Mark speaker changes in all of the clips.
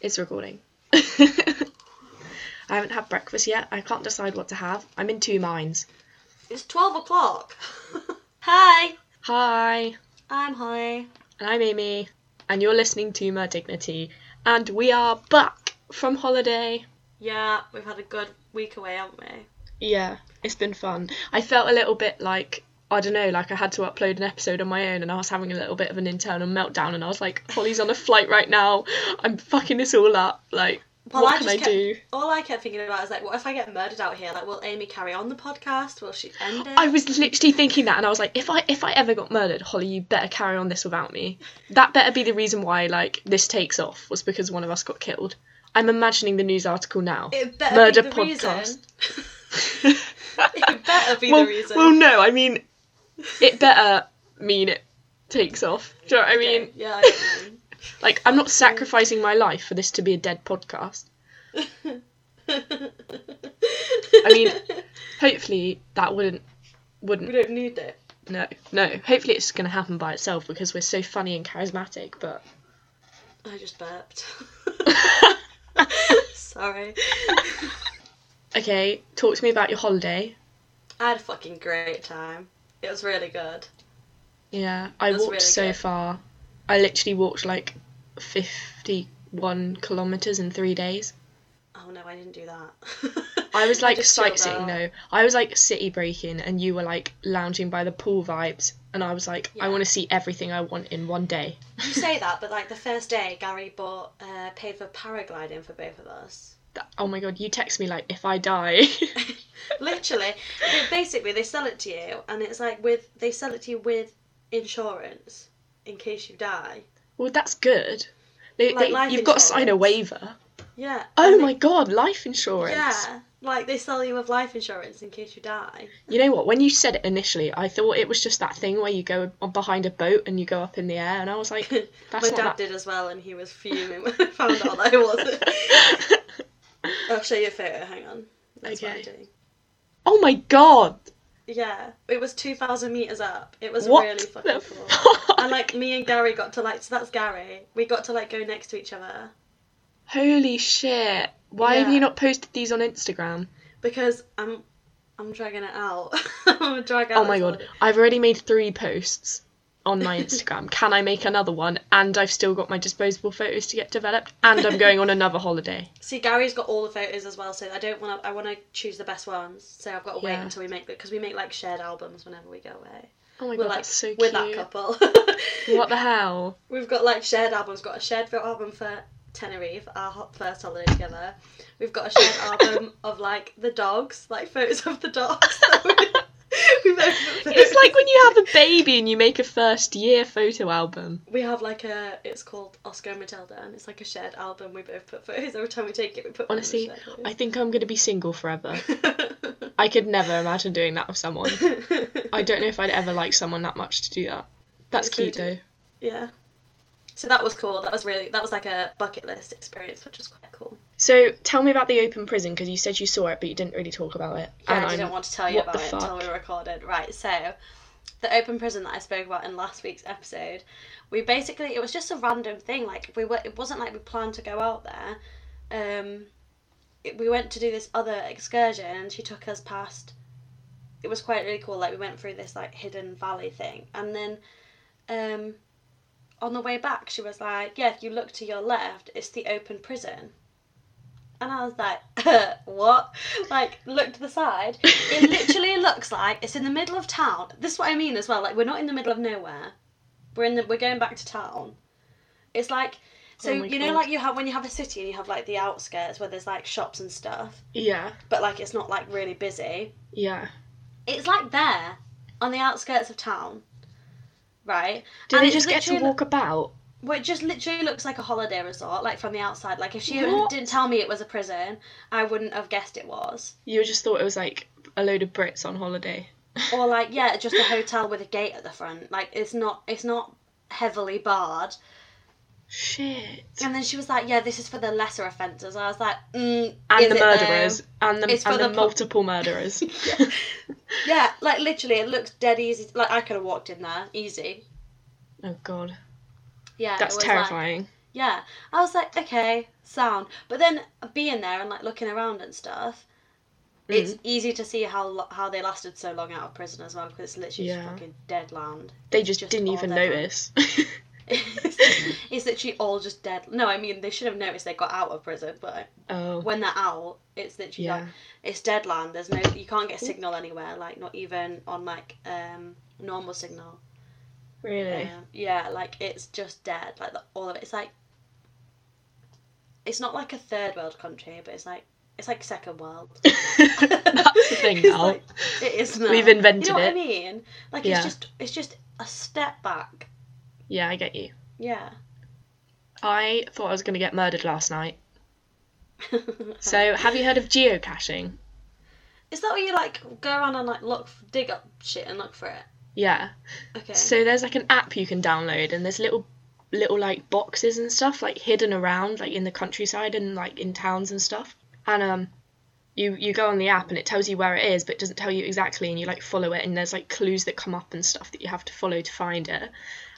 Speaker 1: It's recording. I haven't had breakfast yet. I can't decide what to have. I'm in two minds.
Speaker 2: It's 12 o'clock. Hi,
Speaker 1: Hi,
Speaker 2: I'm Holly.
Speaker 1: and I'm Amy, and you're listening to My Dignity, and we are back from holiday.
Speaker 2: Yeah, we've had a good week away, haven't we?
Speaker 1: Yeah, it's been fun. I felt a little bit like I don't know, like I had to upload an episode on my own, and I was having a little bit of an internal meltdown, and I was like, Holly's on a flight right now. I'm fucking this all up. Like,
Speaker 2: Well,
Speaker 1: what
Speaker 2: I
Speaker 1: can
Speaker 2: just
Speaker 1: I
Speaker 2: kept-
Speaker 1: do?
Speaker 2: All I kept thinking about is like, what if I get murdered out here? Like, will Amy carry on the podcast? Will she end it?
Speaker 1: I was literally thinking that, and I was like, if I if I ever got murdered, Holly, you better carry on this without me. That better be the reason why like this takes off was because one of us got killed. I'm imagining the news article now.
Speaker 2: it better
Speaker 1: Murder
Speaker 2: be the
Speaker 1: podcast.
Speaker 2: reason. it better be
Speaker 1: well,
Speaker 2: the reason.
Speaker 1: well, no, I mean, it better mean it takes off. Do you know what I
Speaker 2: Okay,
Speaker 1: mean?
Speaker 2: yeah, I know
Speaker 1: Like, I'm not sacrificing my life for this to be a dead podcast.
Speaker 2: what you mean.
Speaker 1: I mean, hopefully that wouldn't
Speaker 2: we
Speaker 1: wouldn't
Speaker 2: don't need it.
Speaker 1: no no. Hopefully it's gonna happen by itself because we're so funny and charismatic. But
Speaker 2: I just burped. Sorry.
Speaker 1: okay, talk to me about your holiday.
Speaker 2: I had a fucking great time. It was really good.
Speaker 1: Yeah, I
Speaker 2: That's
Speaker 1: walked
Speaker 2: really
Speaker 1: so
Speaker 2: good.
Speaker 1: far. I literally walked like 51 kilometers in three days.
Speaker 2: Oh no, I didn't do that.
Speaker 1: I was like
Speaker 2: just chilled
Speaker 1: sightseeing
Speaker 2: out.
Speaker 1: though. I was like city breaking, and you were like lounging by the pool vibes. And I was like, I
Speaker 2: Yeah.
Speaker 1: want to see everything I want in one day.
Speaker 2: You say that, but like the first day, Gary bought uh, paid for paragliding for both of us.
Speaker 1: Th- Oh my god, you text me like, if I die.
Speaker 2: Literally, They- basically, they sell it to you, and it's like with they sell it to you with insurance in case you die.
Speaker 1: well, that's good. They,
Speaker 2: Like
Speaker 1: they-
Speaker 2: life
Speaker 1: you've got to sign a
Speaker 2: insurance.
Speaker 1: waiver.
Speaker 2: Yeah.
Speaker 1: Oh
Speaker 2: and
Speaker 1: my
Speaker 2: they-
Speaker 1: god, life insurance.
Speaker 2: Yeah, like they sell you with life insurance in case you die.
Speaker 1: You know what? When you said it initially, I thought it was just that thing where you go on behind a boat and you go up in the air, and I was like, that's
Speaker 2: my
Speaker 1: not
Speaker 2: dad
Speaker 1: that
Speaker 2: did as well, and he was fuming when I found out that it wasn't. I'll show you a photo. Hang on. That's what I'm
Speaker 1: Okay.
Speaker 2: doing.
Speaker 1: oh my god!
Speaker 2: Yeah, it was two thousand meters up. It was
Speaker 1: What
Speaker 2: really
Speaker 1: the
Speaker 2: fucking cool.
Speaker 1: fuck?
Speaker 2: And like me and Gary got to like so that's Gary. We got to like go next to each other
Speaker 1: Holy shit! Why have
Speaker 2: Yeah.
Speaker 1: you not posted these on Instagram?
Speaker 2: because I'm I'm dragging it out. I'm dragging out
Speaker 1: oh my
Speaker 2: this
Speaker 1: god!
Speaker 2: one.
Speaker 1: I've already made three posts on my Instagram. Can I make another one? And I've still got my disposable photos to get developed, and I'm going on another holiday.
Speaker 2: See, Gary's got all the photos as well, so I don't want to. I want to choose the best ones. So I've got to wait
Speaker 1: Yeah.
Speaker 2: until we make because we make like shared albums whenever we go away.
Speaker 1: Oh my
Speaker 2: We're
Speaker 1: god,
Speaker 2: like
Speaker 1: that's so cute.
Speaker 2: we're that couple.
Speaker 1: What the hell?
Speaker 2: We've got like shared albums. Got a shared photo album for Tenerife, our hot first holiday together. We've got a shared album of like the dogs, like photos of the dogs. that we- we both got
Speaker 1: It's like
Speaker 2: photos.
Speaker 1: when you have a baby and you make a first year photo album.
Speaker 2: we have like a. It's called Oscar and Matilda, and it's like a shared album. We both put photos every time we take it. We put
Speaker 1: Honestly, I think I'm gonna be single forever.
Speaker 2: I.
Speaker 1: I could never imagine doing that with someone. I don't know if I'd ever like someone that much to do that. That's
Speaker 2: It's really
Speaker 1: cute though.
Speaker 2: Yeah. So that was cool. That was really that was like a bucket list experience, which was quite cool.
Speaker 1: So tell me about the open prison because you said you saw it, but you didn't really talk about it.
Speaker 2: Yeah,
Speaker 1: And
Speaker 2: I didn't
Speaker 1: I'm-
Speaker 2: want to tell you
Speaker 1: what the
Speaker 2: about it until
Speaker 1: fuck?
Speaker 2: we recorded. Right, so the open prison that I spoke about in last week's episode, we basically it was just a random thing. Like we were, it wasn't like we planned to go out there. Um, it, we went to do this other excursion, and she took us past. It was quite really cool. Like we went through this like hidden valley thing, and then, um, on the way back, she was like, "Yeah, if you look to your left, it's the open prison." And I was like, "What?" Like, look to the side. It literally looks like it's in the middle of town. This is what I mean as well. Like we're not in the middle of nowhere. We're in the we're going back to town. It's like so
Speaker 1: Oh my
Speaker 2: you know
Speaker 1: God.
Speaker 2: like you have when you have a city and you have like the outskirts where there's like shops and stuff,
Speaker 1: yeah,
Speaker 2: but like it's not like really busy.
Speaker 1: yeah.
Speaker 2: It's like there on the outskirts of town. Right?
Speaker 1: Do
Speaker 2: And
Speaker 1: they
Speaker 2: it
Speaker 1: just get to
Speaker 2: literally-
Speaker 1: walk about?
Speaker 2: well, it just literally looks like a holiday resort, like from the outside. Like if she
Speaker 1: What?
Speaker 2: didn't tell me it was a prison, I wouldn't have guessed it was.
Speaker 1: You just thought it was like a load of Brits on holiday.
Speaker 2: or like yeah just a hotel with a gate at the front like it's not it's not heavily barred
Speaker 1: Shit.
Speaker 2: and then she was like yeah this is for the lesser offences i was like mm,
Speaker 1: And
Speaker 2: is
Speaker 1: the
Speaker 2: it though?
Speaker 1: murderers, and the
Speaker 2: It's for
Speaker 1: and the,
Speaker 2: the pu-
Speaker 1: multiple murderers.
Speaker 2: yeah like literally it looks dead easy like i could have walked in there easy
Speaker 1: oh god,
Speaker 2: yeah it
Speaker 1: that's
Speaker 2: was, like-
Speaker 1: terrifying.
Speaker 2: Yeah. I was like, okay, sound. But then being there and like looking around and stuff,
Speaker 1: Mm.
Speaker 2: it's easy to see how lo- how they lasted so long out of prison as well because it's literally just
Speaker 1: Yeah.
Speaker 2: fucking dead land.
Speaker 1: They just,
Speaker 2: Just
Speaker 1: didn't
Speaker 2: all
Speaker 1: even
Speaker 2: their bodies.
Speaker 1: notice.
Speaker 2: it's literally all just dead. No, I mean they should have noticed they got out of prison, but
Speaker 1: oh,
Speaker 2: when they're out, it's literally
Speaker 1: yeah.
Speaker 2: like it's dead land. There's no you can't get signal anywhere, like not even on like um normal signal.
Speaker 1: Really?
Speaker 2: Um, yeah, like it's just dead. Like the, all of it. It's like it's not like a third world country, but it's like it's like second world.
Speaker 1: That's the thing
Speaker 2: It's
Speaker 1: now.
Speaker 2: like- it is now.
Speaker 1: We've invented
Speaker 2: You know what
Speaker 1: it.
Speaker 2: I mean? Like
Speaker 1: Yeah.
Speaker 2: it's just it's just a step back.
Speaker 1: yeah, I get you.
Speaker 2: Yeah.
Speaker 1: I thought I was going to get murdered last night. So, have you heard of geocaching?
Speaker 2: is that where you like go around and like look dig up shit and look for it?
Speaker 1: Yeah.
Speaker 2: Okay.
Speaker 1: So there's like an app you can download, and there's little, little like boxes and stuff like hidden around, like in the countryside and like in towns and stuff. And um, you you go on the app and it tells you where it is, but it doesn't tell you exactly, and you like follow it, and there's like clues that come up and stuff that you have to follow to find it.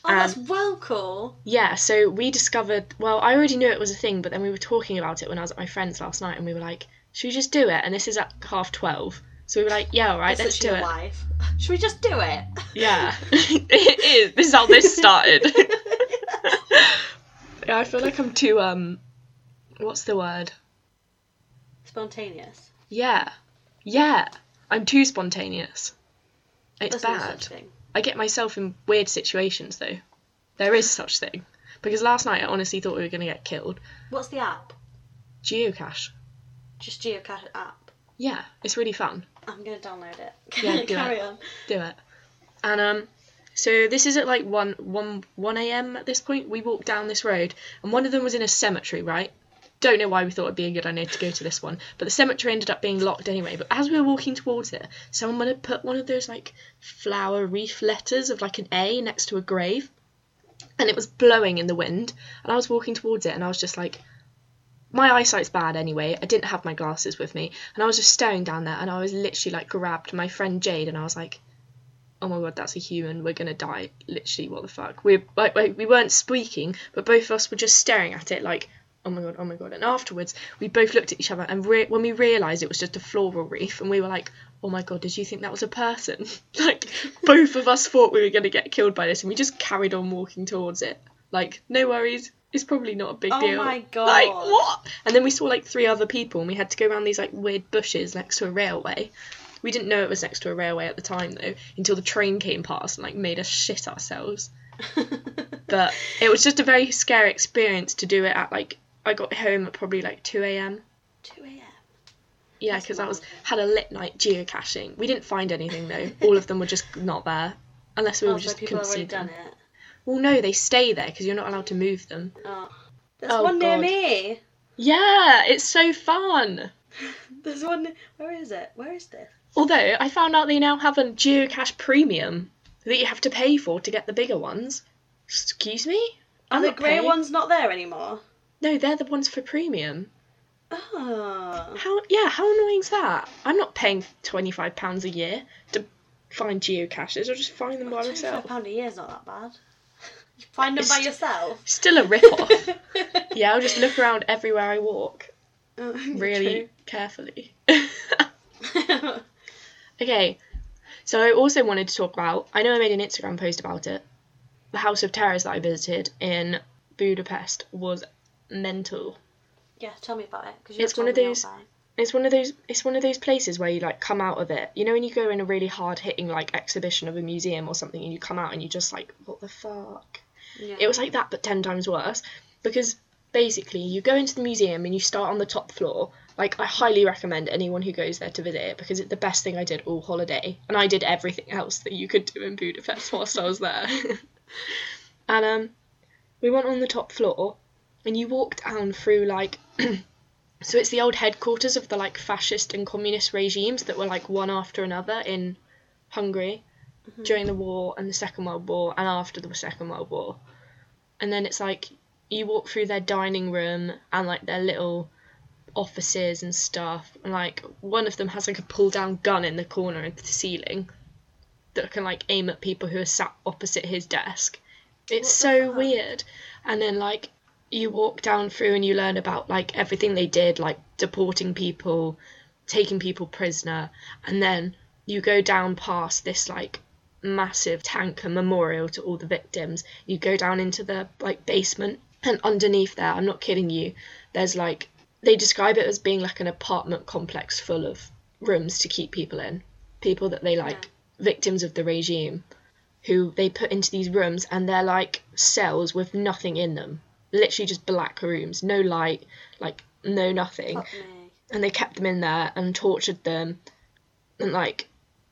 Speaker 2: oh, that's
Speaker 1: um,
Speaker 2: well cool.
Speaker 1: Yeah, so we discovered, well, I already knew it was a thing, but then we were talking about it when I was at my friend's last night and we were like, should we just do it? And this is at half 12. So we were like, yeah, all right, let's
Speaker 2: That's
Speaker 1: do
Speaker 2: literally
Speaker 1: it.
Speaker 2: life. Should we just do it?
Speaker 1: Yeah. it is. This is how this started. yeah, I feel like I'm too, um, what's the word?
Speaker 2: Spontaneous.
Speaker 1: Yeah. Yeah. I'm too spontaneous. It's
Speaker 2: There's no
Speaker 1: bad.
Speaker 2: such thing.
Speaker 1: I get myself in weird situations though. There is such thing. Because last night I honestly thought we were going to get killed.
Speaker 2: What's the app?
Speaker 1: Geocache.
Speaker 2: Just geocache app.
Speaker 1: Yeah, it's really fun.
Speaker 2: I'm gonna download it.
Speaker 1: Yeah, do
Speaker 2: Carry
Speaker 1: it.
Speaker 2: on.
Speaker 1: do it. And um, so this is at like one one one a.m. at this point. We walked down this road, and one of them was in a cemetery, right? Don't know why we thought it'd be a good idea to go to this one, but the cemetery ended up being locked anyway. But as we were walking towards it, someone had put one of those like flower wreath letters of like an A next to a grave, and it was blowing in the wind. And I was walking towards it, and I was just like, my eyesight's bad anyway. I didn't have my glasses with me, and I was just staring down there, and I was literally like grabbed my friend Jade, and I was like, oh my god, that's a human, we're gonna die. Literally, what the fuck? We like, like, we weren't speaking, but both of us were just staring at it like, oh my god, oh my god. And afterwards, we both looked at each other, and re- when we realised it was just a floral wreath, and we were like, oh my god, did you think that was a person? like, both of us thought we were gonna get killed by this, and we just carried on walking towards it. Like, no worries. It's probably not a big
Speaker 2: Oh
Speaker 1: deal.
Speaker 2: my God.
Speaker 1: Like what? And then we saw like three other people, and we had to go around these like weird bushes next to a railway. We didn't know it was next to a railway at the time though, until the train came past and like made us shit ourselves. But it was just a very scary experience to do it at like I got home at probably like two a.m.
Speaker 2: 2 a.m.
Speaker 1: Yeah,
Speaker 2: That's
Speaker 1: because I was
Speaker 2: wild.
Speaker 1: had a lit night geocaching. We didn't find anything though. All of them were just not there, unless we
Speaker 2: Oh,
Speaker 1: were
Speaker 2: so
Speaker 1: just
Speaker 2: people
Speaker 1: couldn't
Speaker 2: have already
Speaker 1: see
Speaker 2: done
Speaker 1: them.
Speaker 2: it.
Speaker 1: Well, no, they stay there because you're not allowed to move them.
Speaker 2: Oh. There's
Speaker 1: Oh,
Speaker 2: one near
Speaker 1: God.
Speaker 2: me.
Speaker 1: Yeah, it's so fun.
Speaker 2: There's one. Where is it? Where is this?
Speaker 1: Although I found out they now have a geocache premium that you have to pay for to get the bigger ones. Excuse me? I'm
Speaker 2: Are Oh, the
Speaker 1: not
Speaker 2: grey
Speaker 1: paying.
Speaker 2: one's not there anymore?
Speaker 1: No, they're the ones for premium.
Speaker 2: Oh.
Speaker 1: How? Yeah, how annoying's that? I'm not paying twenty five pounds a year to find geocaches. I'll just find them by myself.
Speaker 2: £25 a year is not that bad. You find them
Speaker 1: It's
Speaker 2: by
Speaker 1: st-
Speaker 2: yourself.
Speaker 1: Still a rip off. yeah, I'll just look around everywhere I walk
Speaker 2: Oh,
Speaker 1: really carefully.
Speaker 2: true.
Speaker 1: Okay, so I also wanted to talk about. I know I made an Instagram post about it. The House of Terrors that I visited in Budapest was mental.
Speaker 2: yeah, tell me about it. 'cause you
Speaker 1: It's
Speaker 2: told
Speaker 1: one of
Speaker 2: me all
Speaker 1: those-
Speaker 2: about it.
Speaker 1: It's one of those. It's one of those places where you like come out of it. You know when you go in a really hard hitting like exhibition of a museum or something, and you come out and you just like, what the fuck?
Speaker 2: Yeah.
Speaker 1: It was like that, but 10 times worse. Because basically, you go into the museum and you start on the top floor. Like, I highly recommend anyone who goes there to visit it because it's the best thing I did all holiday. And I did everything else that you could do in Budapest whilst I was there. and um, we went on the top floor and you walk down through, like, so it's the old headquarters of the, like, fascist and communist regimes that were, like, one after another in Hungary during the war and the Second World War and after the Second World War and then it's like you walk through their dining room and like their little offices and stuff and like one of them has like a pull down gun in the corner of the ceiling that can like aim at people who are sat opposite his desk it's
Speaker 2: What the
Speaker 1: so
Speaker 2: fuck?
Speaker 1: weird and then like you walk down through and you learn about like everything they did, like deporting people, taking people prisoner, and then you go down past this like massive tanker memorial to all the victims. You go down into the like basement, and underneath there, I'm not kidding you, there's like they describe it as being like an apartment complex full of rooms to keep people in, people that they like victims of the regime who they put into these rooms and they're like cells with nothing in them literally just black rooms no light like no nothing
Speaker 2: Fuck me.
Speaker 1: and they kept them in there and tortured them and like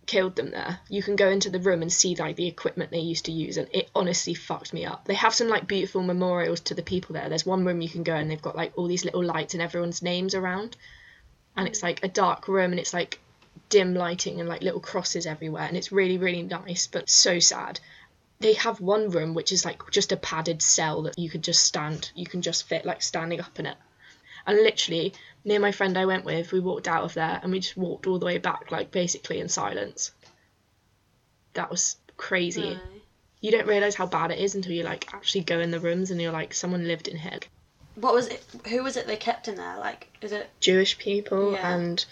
Speaker 1: killed them there you can go into the room and see like the equipment they used to use and it honestly fucked me up they have some like beautiful memorials to the people there there's one room you can go and they've got like all these little lights and everyone's names around and it's like a dark room and it's like dim lighting and like little crosses everywhere and it's really really nice but so sad they have one room which is like just a padded cell that you could just stand you can just fit like standing up in it and literally me and my friend i went with we walked out of there and we just walked all the way back like basically in silence that was crazy
Speaker 2: No.
Speaker 1: you don't realize how bad it is until you like actually go in the rooms and you're like someone lived in here
Speaker 2: What was it? Who was it they kept in there? Like, is it?
Speaker 1: Jewish people
Speaker 2: Yeah.
Speaker 1: and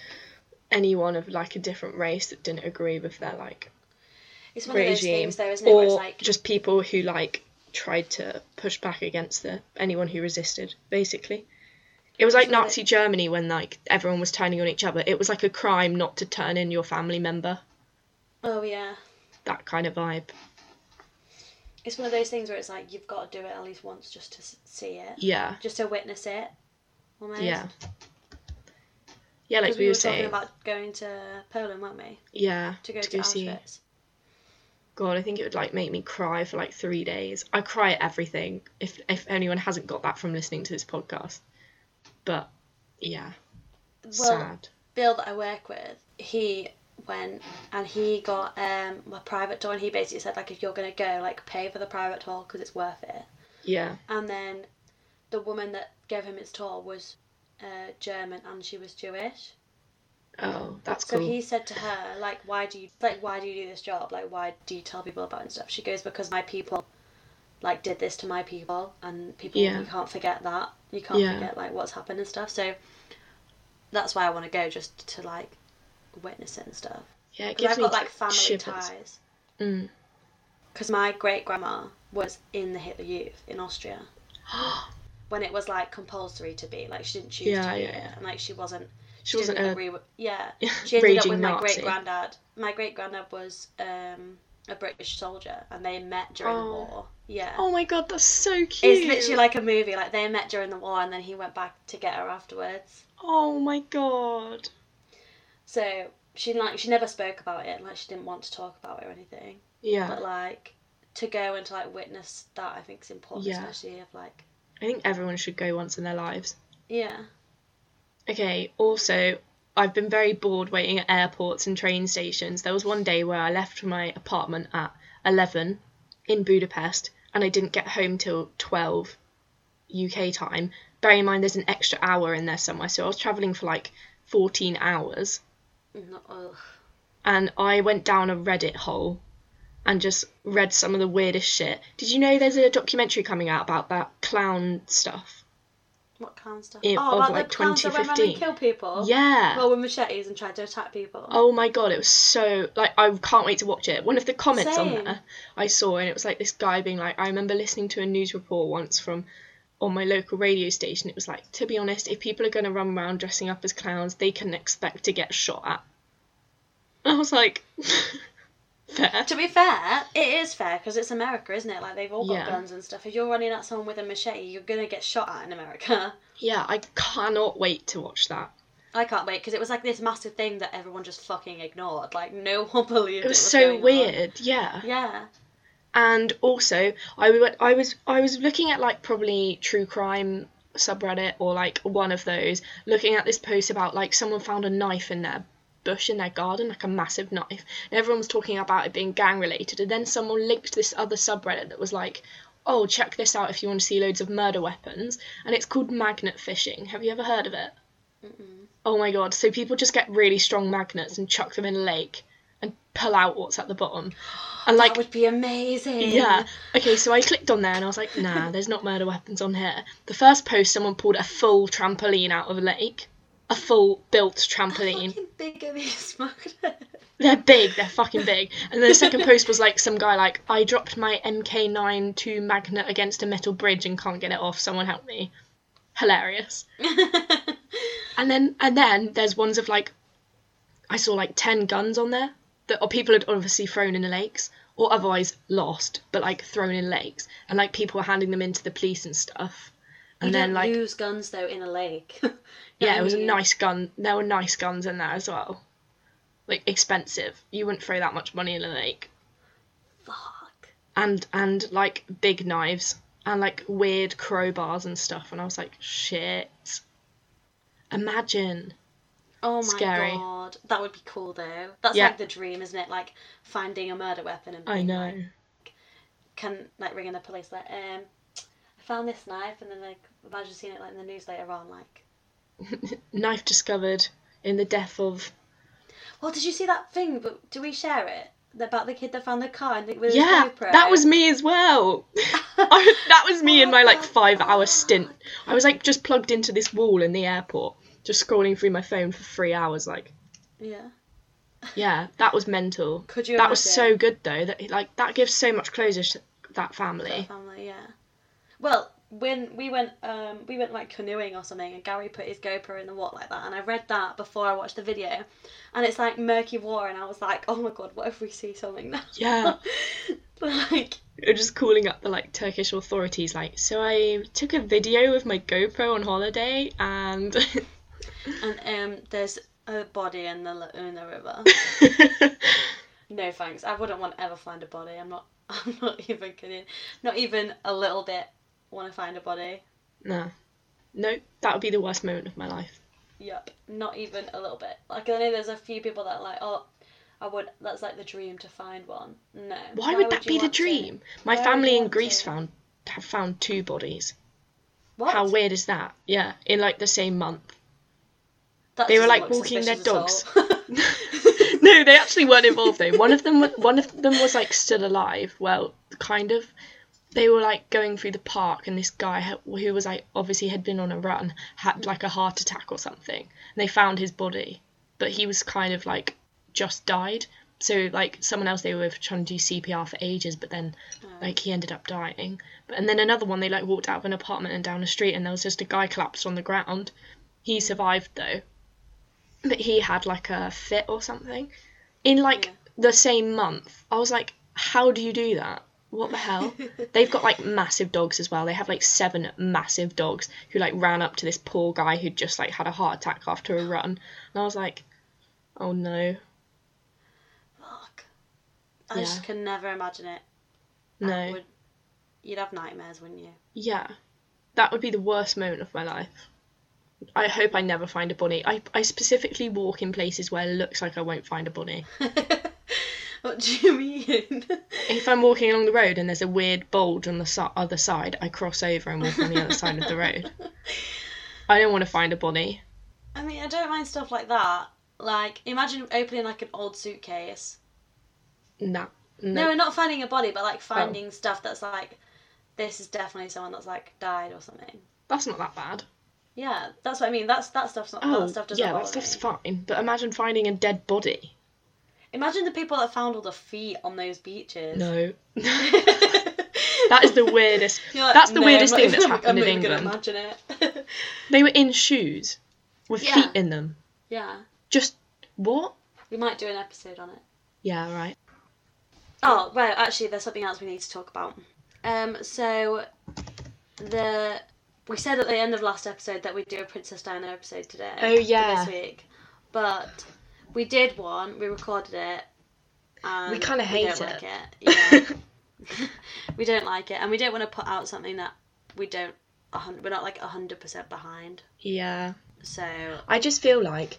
Speaker 1: anyone of like a different race that didn't agree with their like
Speaker 2: It's one of those
Speaker 1: regime,
Speaker 2: things, though, isn't it?
Speaker 1: or
Speaker 2: where it's like,
Speaker 1: just people who like tried to push back against the anyone who resisted. Basically, it was like
Speaker 2: So that-
Speaker 1: Nazi Germany when like everyone was turning on each other. It was like a crime not to turn in your family member.
Speaker 2: oh yeah,
Speaker 1: That kind of vibe.
Speaker 2: it's one of those things where it's like you've got to do it at least once just to s- see it,
Speaker 1: Yeah,
Speaker 2: just to witness it. Almost.
Speaker 1: yeah, yeah. Like
Speaker 2: Because
Speaker 1: we,
Speaker 2: we
Speaker 1: were
Speaker 2: were talking
Speaker 1: saying,
Speaker 2: about going to Poland, weren't we?
Speaker 1: yeah,
Speaker 2: To go to,
Speaker 1: go see
Speaker 2: Auschwitz.
Speaker 1: God, I think it would like make me cry for like three days. I cry at everything. If if anyone hasn't got that from listening to this podcast, but yeah,
Speaker 2: Well,
Speaker 1: sad.
Speaker 2: Bill that I work with, he went and he got um a private tour, and he basically said like, if you're gonna go, like, pay for the private tour because it's worth it.
Speaker 1: Yeah,
Speaker 2: And then the woman that gave him his tour was uh, German and she was Jewish.
Speaker 1: oh, that's
Speaker 2: So
Speaker 1: cool.
Speaker 2: he said to her, like, why do you like why do you do this job? Like why do you tell people about it and stuff? She goes, Because my people like did this to my people and people
Speaker 1: Yeah.
Speaker 2: you can't forget that. You can't
Speaker 1: Yeah.
Speaker 2: forget like what's happened and stuff. So that's why I wanna go just to like witness it and stuff.
Speaker 1: yeah, it
Speaker 2: Because
Speaker 1: gives
Speaker 2: I've
Speaker 1: me
Speaker 2: got like family
Speaker 1: shivers.
Speaker 2: ties.
Speaker 1: Mm.
Speaker 2: Because my great grandma was in the Hitler Youth in Austria. when it was like compulsory to be like she didn't choose
Speaker 1: Yeah,
Speaker 2: to be
Speaker 1: yeah,
Speaker 2: it,
Speaker 1: yeah.
Speaker 2: and like she wasn't
Speaker 1: She wasn't
Speaker 2: didn't
Speaker 1: a
Speaker 2: agree with yeah
Speaker 1: Yeah,
Speaker 2: she ended up
Speaker 1: raging
Speaker 2: with my
Speaker 1: Nazi.
Speaker 2: great granddad my great granddad was um a british soldier and they met during the
Speaker 1: Oh.
Speaker 2: war yeah
Speaker 1: Oh my god, that's so cute.
Speaker 2: it's literally like a movie like they met during the war and then he went back to get her afterwards
Speaker 1: Oh my god.
Speaker 2: so she like she never spoke about it like she didn't want to talk about it or anything
Speaker 1: Yeah,
Speaker 2: but like to go and to like witness that i think is important
Speaker 1: Yeah.
Speaker 2: especially if like
Speaker 1: I think everyone should go once in their lives.
Speaker 2: yeah
Speaker 1: Okay, also, I've been very bored waiting at airports and train stations. There was one day where I left my apartment at 11 in Budapest and I didn't get home till 12 UK time. Bear in mind there's an extra hour in there somewhere, so I was travelling for like 14 hours
Speaker 2: Mm, not, ugh.
Speaker 1: and I went down a Reddit hole and just read some of the weirdest shit. Did you know there's a documentary coming out about that clown stuff?
Speaker 2: what kind of stuff
Speaker 1: It- of,
Speaker 2: oh about
Speaker 1: like,
Speaker 2: the clowns that went around and
Speaker 1: 2015.
Speaker 2: killed people
Speaker 1: Yeah.
Speaker 2: well with machetes and tried to attack people
Speaker 1: Oh my god, it was so like I can't wait to watch it. One of the comments on
Speaker 2: Same.
Speaker 1: there I saw and it was like this guy being like, I remember listening to a news report once from on my local radio station. It was like, to be honest, if people are gonna run around dressing up as clowns, they can expect to get shot at. And I was like, fair.
Speaker 2: To be fair, it is fair because it's America, isn't it? Like they've all got
Speaker 1: Yeah.
Speaker 2: guns and stuff. If you're running at someone with a machete, you're gonna get shot at in America.
Speaker 1: Yeah, I cannot wait to watch that.
Speaker 2: I can't wait because it was like this massive thing that everyone just fucking ignored. Like no one believed it.
Speaker 1: It was
Speaker 2: was
Speaker 1: so
Speaker 2: going on.
Speaker 1: weird. Yeah.
Speaker 2: Yeah,
Speaker 1: and also I w- I was I was looking at like probably true crime subreddit or like one of those looking at this post about like someone found a knife in their bush in their garden like a massive knife and everyone was talking about it being gang related and then someone linked this other subreddit that was like oh check this out if you want to see loads of murder weapons and it's called magnet fishing have you ever heard of it oh my god so people just get really strong magnets and chuck them in a lake and pull out what's at the bottom. And like
Speaker 2: that would be amazing.
Speaker 1: yeah. Okay, so I clicked on there and I was like, nah, there's not murder weapons on here. The first post, someone pulled a full trampoline out of a lake. A full built trampoline.
Speaker 2: Fucking big of these magnets.
Speaker 1: They're big, they're fucking big. And then the second post was like some guy like, I dropped my MK9 2 magnet against a metal bridge and can't get it off, someone help me. Hilarious. And then and then there's ones of like I saw like ten guns on there that or people had obviously thrown in the lakes or otherwise lost, but like thrown in lakes. And like people were handing them in to the police and stuff. And
Speaker 2: you
Speaker 1: then
Speaker 2: don't
Speaker 1: like
Speaker 2: lose guns though in a lake.
Speaker 1: yeah, it was a
Speaker 2: you-
Speaker 1: nice gun. There were nice guns in there as well. Like expensive. You wouldn't throw that much money in a lake.
Speaker 2: Fuck.
Speaker 1: And and like big knives and like weird crowbars and stuff and I was like, shit. Imagine.
Speaker 2: Oh my
Speaker 1: Scary.
Speaker 2: god, that would be cool though. That's
Speaker 1: Yeah.
Speaker 2: like the dream, isn't it? Like finding a murder weapon and
Speaker 1: I
Speaker 2: being
Speaker 1: know.
Speaker 2: like, can like ringing the police like um I found this knife and then like imagine seeing it like in the news later on like
Speaker 1: knife discovered in the death of
Speaker 2: well "Oh, did you see that thing but do we share it about the kid that found the car and the, with
Speaker 1: yeah
Speaker 2: his GoPro?
Speaker 1: that was me as well I, that was me in my like five hour stint i was like just plugged into this wall in the airport just scrolling through my phone for three hours like
Speaker 2: yeah
Speaker 1: yeah that was mental
Speaker 2: could you
Speaker 1: that was
Speaker 2: imagine
Speaker 1: so good though that like that gives so much closure to that
Speaker 2: that
Speaker 1: family
Speaker 2: family yeah well when we went um we went like canoeing or something and Gary put his GoPro in the water like that and I read that before I watched the video and it's like murky water and I was like oh my god what if we see something now
Speaker 1: yeah
Speaker 2: like
Speaker 1: Or just calling up the like Turkish authorities, like, so I took a video with my GoPro on holiday, and
Speaker 2: and um there's a body in the lo- in the river No thanks. I wouldn't want to ever find a body. I'm not. I'm not even kidding. Not even a little bit. Want to find a body?
Speaker 1: no, no, that would be the worst moment of my life.
Speaker 2: Yup. Not even a little bit. Like I know there's a few people that are like oh, I would. That's like the dream to find one. No.
Speaker 1: Why would that
Speaker 2: you
Speaker 1: be the
Speaker 2: want to?
Speaker 1: dream? My
Speaker 2: Why would
Speaker 1: family
Speaker 2: you
Speaker 1: in
Speaker 2: want
Speaker 1: Greece
Speaker 2: to?
Speaker 1: found have found two bodies.
Speaker 2: What?
Speaker 1: How weird is that? Yeah, in like the same month.
Speaker 2: That
Speaker 1: they were,
Speaker 2: doesn't
Speaker 1: like,
Speaker 2: look
Speaker 1: walking their
Speaker 2: suspicious at all.
Speaker 1: no, they actually weren't involved though. One of them wa- one of them was like still alive. Well, kind of. They were like going through the park, and this guy ha- who was like obviously had been on a run had like a heart attack or something. And they found his body, but he was kind of like just died. So like someone else they were with trying to do CPR for ages, but then like he ended up dying. But and then another one they like walked out of an apartment and down a street, and there was just a guy collapsed on the ground. He survived though, but he had like a fit or something in like
Speaker 2: Yeah.
Speaker 1: the same month. I was like, how do you do that? What the hell? They've got like massive dogs as well. They have like seven massive dogs who like ran up to this poor guy who just like had a heart attack after a run. And I was like, oh no,
Speaker 2: Fuck. I just
Speaker 1: Yeah.
Speaker 2: can never imagine it.
Speaker 1: no.
Speaker 2: I would, you'd have nightmares, wouldn't you?
Speaker 1: Yeah, that would be the worst moment of my life. I hope I never find a body. I, I specifically walk in places where it looks like I won't find a body.
Speaker 2: what do you mean?
Speaker 1: If I'm walking along the road and there's a weird bulge on the si- other side, I cross over and walk on the other side of the road. I don't want to find a body.
Speaker 2: I mean, I don't mind stuff like that. Like, imagine opening like an old suitcase.
Speaker 1: Nah,
Speaker 2: No,
Speaker 1: no, Oh.
Speaker 2: not finding a body, but like finding stuff that's like, this is definitely someone that's like died or something.
Speaker 1: that's not that bad.
Speaker 2: Yeah, that's what I mean. That's that stuff's not.
Speaker 1: Oh,
Speaker 2: that stuff doesn't
Speaker 1: yeah,
Speaker 2: bother
Speaker 1: that stuff's
Speaker 2: me.
Speaker 1: fine. But imagine finding a dead body.
Speaker 2: Imagine the people that found all the feet on those beaches.
Speaker 1: No,
Speaker 2: that
Speaker 1: that is the weirdest.
Speaker 2: You're like,
Speaker 1: that's the
Speaker 2: "No,
Speaker 1: weirdest
Speaker 2: I'm
Speaker 1: thing
Speaker 2: not
Speaker 1: that's
Speaker 2: even-
Speaker 1: happened
Speaker 2: I'm
Speaker 1: in
Speaker 2: not even gonna
Speaker 1: England.
Speaker 2: Imagine it.
Speaker 1: They were in shoes with
Speaker 2: Yeah.
Speaker 1: feet in them.
Speaker 2: yeah,
Speaker 1: Just what?
Speaker 2: we might do an episode on it.
Speaker 1: Yeah, right.
Speaker 2: Oh, well, actually, there's something else we need to talk about. Um, so the we said at the end of last episode that we'd do a Princess Diana episode today.
Speaker 1: Oh,
Speaker 2: for
Speaker 1: yeah.
Speaker 2: this week, but we did one. We recorded it. And
Speaker 1: We kinda
Speaker 2: we
Speaker 1: hate
Speaker 2: don't
Speaker 1: it.
Speaker 2: Like it. Yeah. we don't like it, and we don't want to put out something that we don't. a hun- We're not like hundred percent behind.
Speaker 1: Yeah.
Speaker 2: So
Speaker 1: I just feel like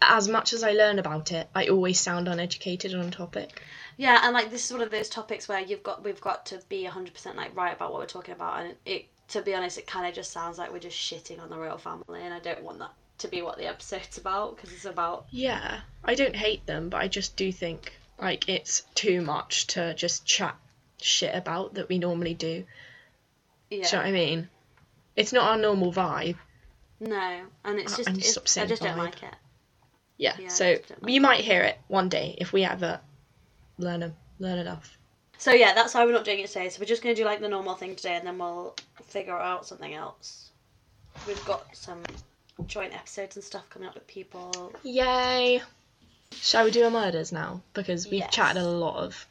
Speaker 1: as much as I learn about it, I always sound uneducated on a topic.
Speaker 2: yeah, and like this is one of those topics where you've got we've got to be hundred percent like right about what we're talking about, and it to be honest, it kind of just sounds like we're just shitting on the royal family, and I don't want that to be what the episode's about because it's about
Speaker 1: Yeah, I don't hate them, but I just do think like it's too much to just chat shit about that we normally do. Do
Speaker 2: yeah.
Speaker 1: you know what I mean? It's not our normal vibe.
Speaker 2: No, and it's
Speaker 1: I-
Speaker 2: just
Speaker 1: I'm just
Speaker 2: it's, I
Speaker 1: upset
Speaker 2: just don't
Speaker 1: vibe.
Speaker 2: like it.
Speaker 1: Yeah.
Speaker 2: Yeah, I
Speaker 1: so
Speaker 2: just don't like
Speaker 1: you might hear it one day if we ever learn a, learn enough.
Speaker 2: So yeah, that's why we're not doing it today. So we're just gonna do like the normal thing today, and then we'll figure out something else. We've got some joint episodes and stuff coming up with people.
Speaker 1: Yay! Shall we do our murders now? Because we've
Speaker 2: Yes.
Speaker 1: chatted a lot of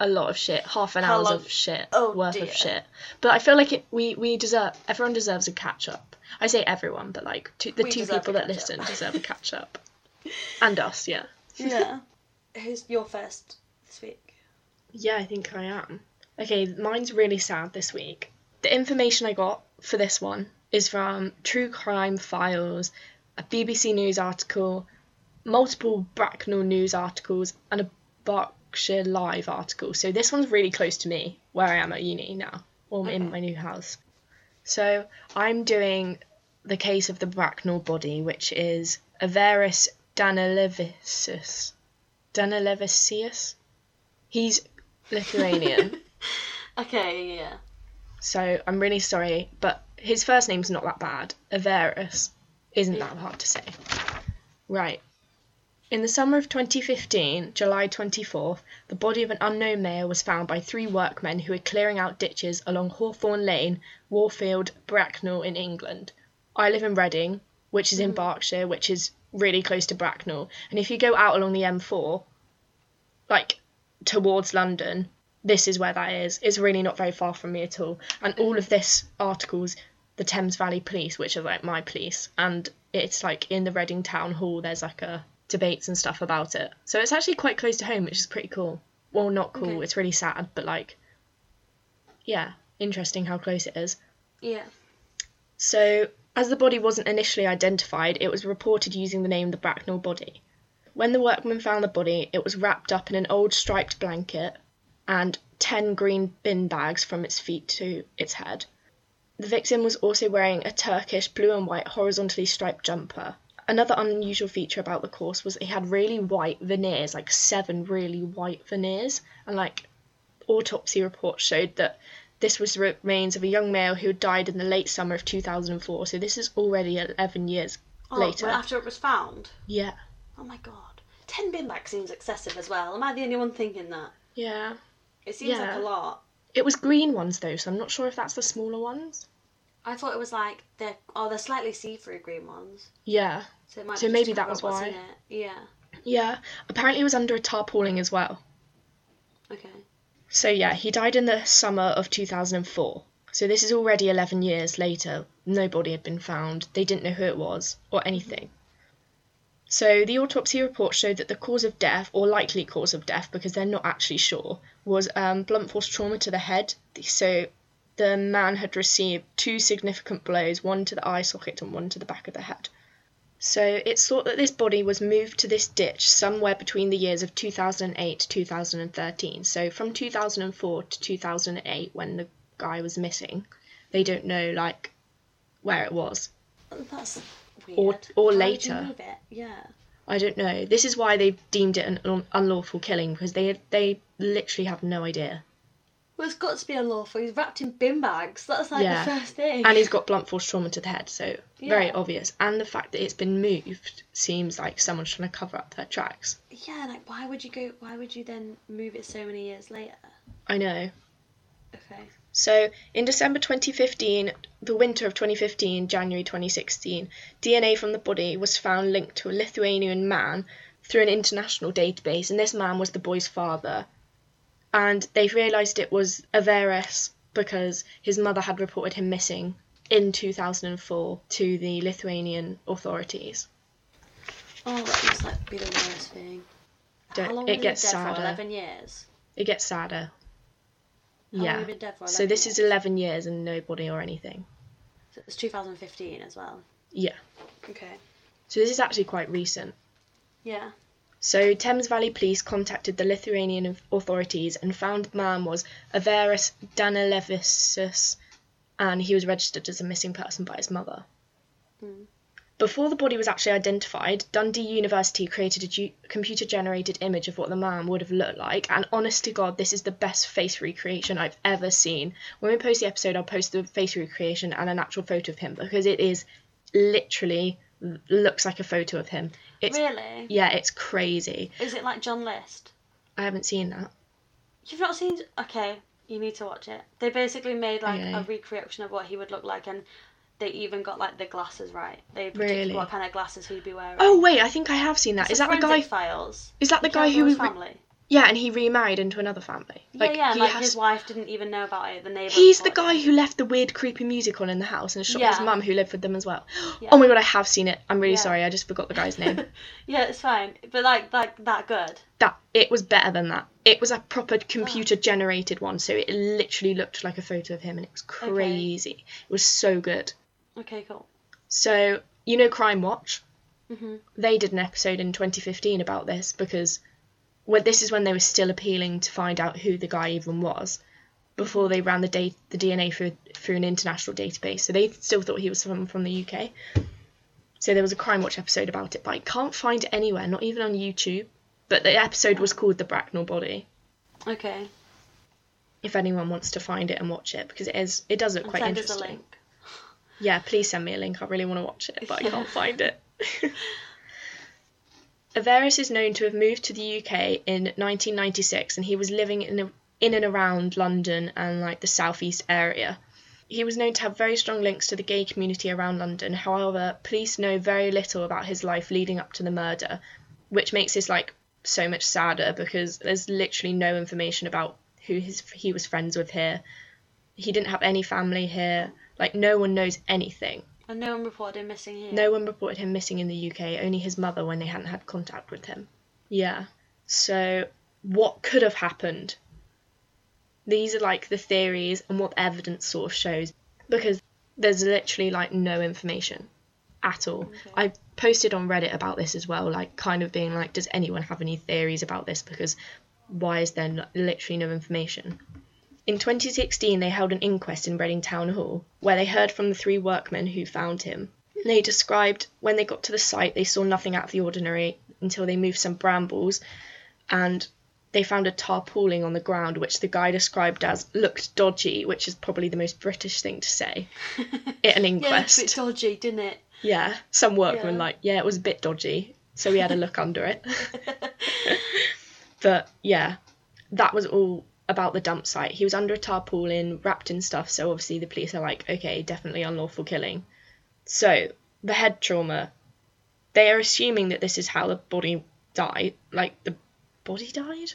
Speaker 1: a lot of shit, half an
Speaker 2: How
Speaker 1: hour's
Speaker 2: long-
Speaker 1: of shit,
Speaker 2: Oh,
Speaker 1: worth
Speaker 2: dear.
Speaker 1: of shit. But I feel like it, we we deserve everyone deserves a catch up. I say everyone, but like two, the
Speaker 2: We
Speaker 1: two
Speaker 2: deserve a
Speaker 1: people that
Speaker 2: catch up.
Speaker 1: listen deserve a catch up, and us, yeah.
Speaker 2: Yeah. Who's your first this week?
Speaker 1: Yeah, I think I am. Okay, mine's really sad this week. The information I got for this one is from True Crime Files, a BBC News article, multiple Bracknell News articles, and a Berkshire Live article. So this one's really close to me, where I am at uni now, or
Speaker 2: Okay.
Speaker 1: in my new house. So I'm doing the case of the Bracknell body, which is Averis Danilevicis. Danilevicius? He's Lithuanian.
Speaker 2: Okay, yeah.
Speaker 1: so I'm really sorry, but his first name's not that bad. Averus isn't that hard to say. Right. In the summer of 2015, July 24th, the body of an unknown male was found by three workmen who were clearing out ditches along Hawthorne Lane, Warfield, Bracknell in England. I live in Reading, which is in Berkshire, which is really close to Bracknell. And if you go out along the M4, like towards London, this is where that is. It's really not very far from me at all. And all of this articles, the Thames Valley Police, which are like my police, and it's like in the Reading Town Hall. There's like a debates and stuff about it. So it's actually quite close to home, which is pretty cool. Well, not cool.
Speaker 2: Okay.
Speaker 1: It's really sad, but like, yeah, interesting how close it is.
Speaker 2: Yeah.
Speaker 1: So, as the body wasn't initially identified, it was reported using the name the Bracknell body. When the workmen found the body, it was wrapped up in an old striped blanket and 10 green bin bags from its feet to its head. The victim was also wearing a Turkish blue and white horizontally striped jumper. Another unusual feature about the corpse was it had really white veneers, like seven really white veneers, and like autopsy report showed that this was the remains of a young male who died in the late summer of 2004. So this is already 11 years
Speaker 2: Oh,
Speaker 1: later.
Speaker 2: well, after it was found.
Speaker 1: yeah.
Speaker 2: Oh my god. Ten bin bags seems excessive as well. Am I the only one thinking that?
Speaker 1: Yeah.
Speaker 2: It seems
Speaker 1: Yeah.
Speaker 2: like a lot.
Speaker 1: It was green ones though, so I'm not sure if that's the smaller ones.
Speaker 2: I thought it was like the oh the slightly see through green ones.
Speaker 1: Yeah.
Speaker 2: So it might
Speaker 1: So
Speaker 2: be just
Speaker 1: maybe
Speaker 2: cover
Speaker 1: that was
Speaker 2: up what's
Speaker 1: why.
Speaker 2: in it. Yeah.
Speaker 1: Yeah. Apparently it was under a tarpaulin as well.
Speaker 2: Okay.
Speaker 1: So yeah, he died in the summer of 2004. So this is already 11 years later. Nobody had been found. They didn't know who it was or anything. So the autopsy report showed that the cause of death, or likely cause of death, because they're not actually sure, was um, blunt force trauma to the head. So the man had received two significant blows, one to the eye socket and one to the back of the head. So it's thought that this body was moved to this ditch somewhere between the years of 2008 to 2013. So from 2004 to 2008, when the guy was missing, they don't know like where it was.
Speaker 2: That's weird.
Speaker 1: Or- or
Speaker 2: Why would you
Speaker 1: later.
Speaker 2: move it? Yeah.
Speaker 1: I don't know. This is why they've deemed it an un- unlawful killing because they they literally have no idea.
Speaker 2: Well, it's got to be unlawful. He's wrapped in bin bags. That's like
Speaker 1: Yeah.
Speaker 2: the first thing.
Speaker 1: And he's got blunt force trauma to the head, so very
Speaker 2: Yeah.
Speaker 1: obvious. And the fact that it's been moved seems like someone's trying to cover up their tracks.
Speaker 2: yeah, like why would you go? Why would you then move it so many years later?
Speaker 1: I know.
Speaker 2: Okay.
Speaker 1: So, in December 2015, the winter of 2015, January 2016, DNA from the body was found linked to a Lithuanian man through an international database, and this man was the boy's father. And they realised it was Averis because his mother had reported him missing in 2004 to the Lithuanian authorities.
Speaker 2: Oh, that must like be the worst thing.
Speaker 1: Don't-
Speaker 2: How long
Speaker 1: it
Speaker 2: have you
Speaker 1: gets
Speaker 2: been dead for?
Speaker 1: sadder.
Speaker 2: Eleven years.
Speaker 1: It gets sadder.
Speaker 2: How long have
Speaker 1: yeah.
Speaker 2: you been dead for?
Speaker 1: So,
Speaker 2: 11
Speaker 1: this is
Speaker 2: years?
Speaker 1: 11 years and nobody or anything.
Speaker 2: So It's 2015 as well.
Speaker 1: Yeah.
Speaker 2: Okay.
Speaker 1: So, this is actually quite recent.
Speaker 2: Yeah.
Speaker 1: So Thames Valley Police contacted the Lithuanian authorities and found the man was Averis Danilevicis and he was registered as a missing person by his mother.
Speaker 2: Mm.
Speaker 1: Before the body was actually identified, Dundee University created a du- computer generated image of what the man would have looked like, and honest to God, this is the best face recreation I've ever seen. When we post the episode, I'll post the face recreation and an actual photo of him because it is literally l- looks like a photo of him. It's
Speaker 2: Really?
Speaker 1: yeah, it's crazy.
Speaker 2: Is it like John List?
Speaker 1: I haven't seen that.
Speaker 2: You've not seen? Okay, you need to watch it. They basically made like a
Speaker 1: Okay.
Speaker 2: recreation of what he would look like, and they even got like the glasses right. They predicted
Speaker 1: Really?
Speaker 2: what kind of glasses he'd be wearing.
Speaker 1: Oh wait, I think I have seen that.
Speaker 2: It's
Speaker 1: Is
Speaker 2: a
Speaker 1: that the guy?
Speaker 2: Forensic Files.
Speaker 1: Is that the guy who
Speaker 2: his
Speaker 1: was? re-
Speaker 2: family?
Speaker 1: yeah, and he remarried into another family. Like,
Speaker 2: yeah, yeah.
Speaker 1: he
Speaker 2: Like
Speaker 1: has-
Speaker 2: his wife didn't even know about it. The neighbor.
Speaker 1: He's the guy who left the weird, creepy music on in the house and shot his
Speaker 2: Yeah.
Speaker 1: mum, who lived with them as well.
Speaker 2: Yeah.
Speaker 1: Oh my god, I have seen it. I'm really
Speaker 2: Yeah.
Speaker 1: sorry, I just forgot the guy's name.
Speaker 2: yeah, it's fine. But like, like that good.
Speaker 1: that it was better than that. It was a proper
Speaker 2: Ah.
Speaker 1: computer-generated one, so it literally looked like a photo of him, and it was crazy. It was so good.
Speaker 2: Okay, cool.
Speaker 1: So you know, Crime Watch.
Speaker 2: Mhm.
Speaker 1: They did an episode in 2015 about this because, well, this is when they were still appealing to find out who the guy even was, before they ran the date the DNA through through an international database. So they still thought he was someone from the UK. So there was a Crime Watch episode about it, but I can't find it anywhere, not even on YouTube. But the episode was called The Bracknell Body.
Speaker 2: Okay.
Speaker 1: If anyone wants to find it and watch it, because it is it does look
Speaker 2: And
Speaker 1: quite
Speaker 2: send us a
Speaker 1: interesting.
Speaker 2: link.
Speaker 1: Yeah, please send me a link. I really want to watch it, but I can't find it. Averis is known to have moved to the UK in 1996 and he was living in, a, in and around London and like the southeast area. He was known to have very strong links to the gay community around London. However, police know very little about his life leading up to the murder, which makes this like so much sadder because there's literally no information about who his, he was friends with here. He didn't have any family here. Like no one knows anything.
Speaker 2: And no one reported him missing here.
Speaker 1: No one reported him missing in the UK, only his mother when they hadn't had contact with him. Yeah. So, what could have happened? These are like the theories and what the evidence sort of shows because there's literally like no information at all. I posted on Reddit about this as well, like kind of being like, does anyone have any theories about this? Because why is there no- literally no information? In 2016, they held an inquest in Reading Town Hall where they heard from the three workmen who found him. They described when they got to the site, they saw nothing out of the ordinary until they moved some brambles and they found a tarpauling on the ground, which the guy described as looked dodgy, which is probably the most British thing to say at an
Speaker 2: Yeah, it looked
Speaker 1: inquest.
Speaker 2: a bit dodgy, didn't it?
Speaker 1: Yeah, some workmen
Speaker 2: Yeah.
Speaker 1: like, yeah, it was a bit dodgy, so we had a look under it. but yeah, that was all about the dump site. He was under a tarpaulin, wrapped in stuff, so obviously the police are like, okay, definitely unlawful killing. So, the head trauma. They are assuming that this is how the body died. Like, the body died?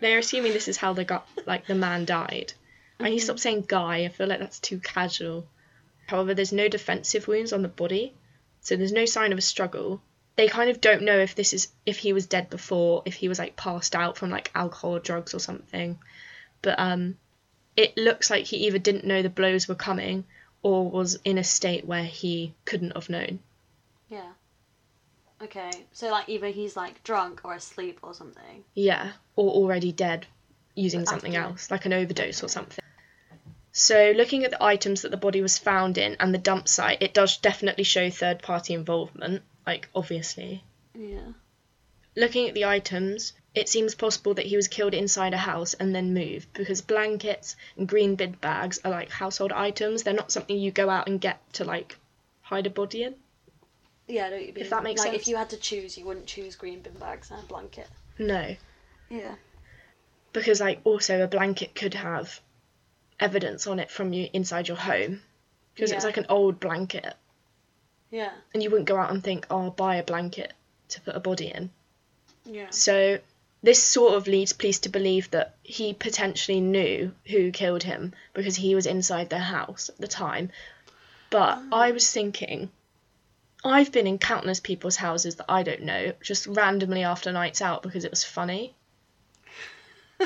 Speaker 1: They're assuming this is how the gu- like the man died. I need to stop saying guy. I feel like that's too casual. However, there's no defensive wounds on the body, so there's no sign of a struggle. They kind of don't know if this is if he was dead before, if he was like passed out from like alcohol or drugs or something. But um it looks like he either didn't know the blows were coming or was in a state where he couldn't have known.
Speaker 2: Yeah. Okay. So like either he's like drunk or asleep or something.
Speaker 1: Yeah, or already dead using something
Speaker 2: after-
Speaker 1: else, like an overdose or something. So, looking at the items that the body was found in and the dump site, it does definitely show third party involvement, like obviously.
Speaker 2: Yeah.
Speaker 1: Looking at the items, it seems possible that he was killed inside a house and then moved because blankets and green bin bags are like household items. They're not something you go out and get to like hide a body in.
Speaker 2: Yeah, I know what you mean.
Speaker 1: that makes
Speaker 2: like
Speaker 1: sense.
Speaker 2: if you had to choose, you wouldn't choose green bin bags and a blanket.
Speaker 1: No,
Speaker 2: Yeah.
Speaker 1: because like also a blanket could have evidence on it from you inside your home because it's
Speaker 2: Yeah.
Speaker 1: like an old blanket
Speaker 2: Yeah.
Speaker 1: and you wouldn't go out and think oh I'll buy a blanket to put a body in
Speaker 2: Yeah.
Speaker 1: so this sort of leads police to believe that he potentially knew who killed him because he was inside their house at the time but i was thinking i've been in countless people's houses that i don't know just randomly after nights out because it was funny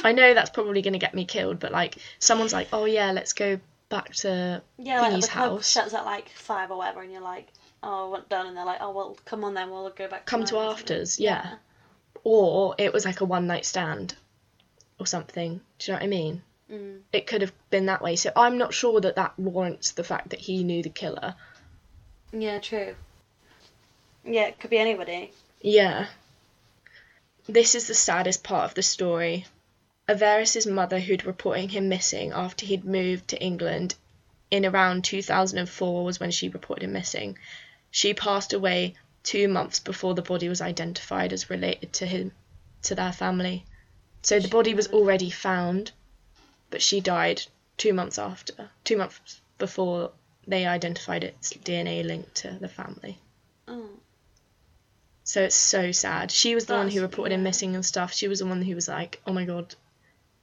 Speaker 1: I know that's probably going to get me killed, but like someone's like, oh yeah, let's go back to
Speaker 2: Yeah, like
Speaker 1: Thingy's
Speaker 2: the club
Speaker 1: house.
Speaker 2: shuts at like five or whatever, and you're like, oh, we're done, and they're like, oh well, come on then, we'll go back.
Speaker 1: come to
Speaker 2: tonight or something.
Speaker 1: afters, yeah. Or it was like a one night stand or something. Do you know what I mean?
Speaker 2: Mm.
Speaker 1: It could have been that way. So I'm not sure that that warrants the fact that he knew the killer.
Speaker 2: Yeah, true. Yeah, it could be anybody.
Speaker 1: Yeah. This is the saddest part of the story. Averis's mother, who'd reporting him missing after he'd moved to England in around 2004 was when she reported him missing. She passed away 2 months before the body was identified as related to him to their family. So the
Speaker 2: She
Speaker 1: body was
Speaker 2: never-
Speaker 1: already found, but she died 2 months after, 2 months before they identified its DNA link to the family.
Speaker 2: Oh,
Speaker 1: So it's so sad. She was the one who
Speaker 2: That's-
Speaker 1: reported him
Speaker 2: yeah.
Speaker 1: missing and stuff. She was the one who was like, "Oh my god."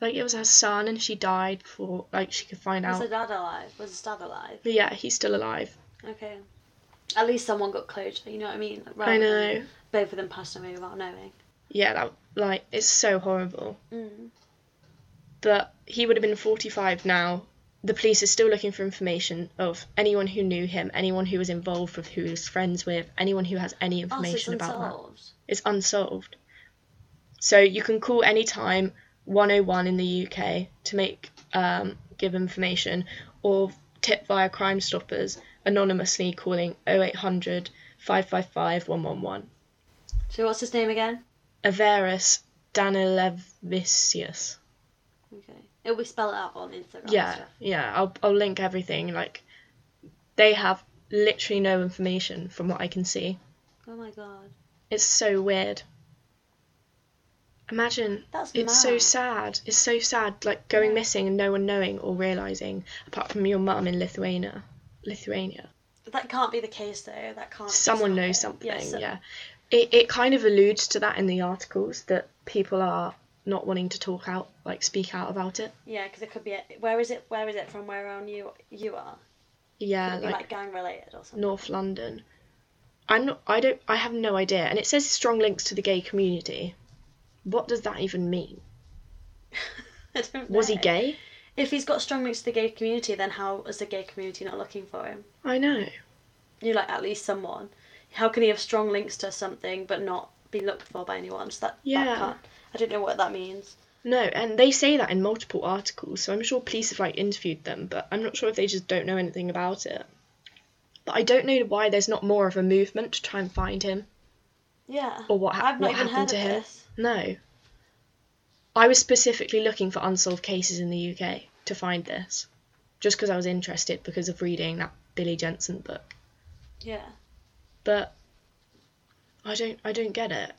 Speaker 1: Like it was her son and she died before like she could find
Speaker 2: was
Speaker 1: out.
Speaker 2: the dad alive? Was his dad alive?
Speaker 1: But yeah, he's still alive.
Speaker 2: Okay. At least someone got closure. You know what I mean?
Speaker 1: I
Speaker 2: Rather
Speaker 1: know.
Speaker 2: than Both of them passed away without knowing.
Speaker 1: Yeah, that like it's so horrible.
Speaker 2: Mm.
Speaker 1: But he would have been 45 now. The police are still looking for information of anyone who knew him, anyone who was involved with, who he was friends with, anyone who has any
Speaker 2: Oh, so it's
Speaker 1: information about that.
Speaker 2: unsolved.
Speaker 1: It's unsolved. So you can call any time 101 in the UK to make um, give information or tip via Crime Stoppers anonymously calling 0800 555 111.
Speaker 2: So what's his name again?
Speaker 1: Averus Danilevicius.
Speaker 2: Okay. It will spell it out on Instagram. and
Speaker 1: Yeah,
Speaker 2: stuff.
Speaker 1: yeah. I'll I'll link everything. Like, they have literally no information from what I can see.
Speaker 2: Oh my god.
Speaker 1: It's so weird. Imagine
Speaker 2: That's
Speaker 1: it's so
Speaker 2: mad.
Speaker 1: sad. It's so sad. Like going
Speaker 2: Yeah.
Speaker 1: missing and no one knowing or realizing, apart from your mum in Lithuania. Lithuania.
Speaker 2: That can't be the case though. That can't.
Speaker 1: Someone
Speaker 2: just
Speaker 1: knows
Speaker 2: happen.
Speaker 1: something.
Speaker 2: Yeah,
Speaker 1: Yeah.
Speaker 2: so-
Speaker 1: It it kind of alludes to that in the articles that people are not wanting to talk out, like speak out about it.
Speaker 2: Yeah, because it could be. Where is it? Where is it from? Where on you you are?
Speaker 1: Yeah,
Speaker 2: Could it be like, gang related or something?
Speaker 1: North London. I'm not. I don't. I have no idea. And it says strong links to the gay community. What does that even mean?
Speaker 2: I don't
Speaker 1: Was he
Speaker 2: know.
Speaker 1: gay?
Speaker 2: If he's got strong links to the gay community, then how is the gay community not looking for him?
Speaker 1: I know.
Speaker 2: You like at least someone. How can he have strong links to something but not be looked for by anyone? So that
Speaker 1: Yeah.
Speaker 2: That can't, I don't know what that means.
Speaker 1: No, and they say that in multiple articles. So I'm sure police have like interviewed them, but I'm not sure if they just don't know anything about it. But I don't know why there's not more of a movement to try and find him
Speaker 2: Yeah.
Speaker 1: or what, ha-
Speaker 2: I've not
Speaker 1: what
Speaker 2: even
Speaker 1: happened to
Speaker 2: heard of
Speaker 1: him.
Speaker 2: this.
Speaker 1: No. I was specifically looking for unsolved cases in the UK to find this, just because I was interested because of reading that Billy Jensen book.
Speaker 2: Yeah.
Speaker 1: but I don't I don't get it.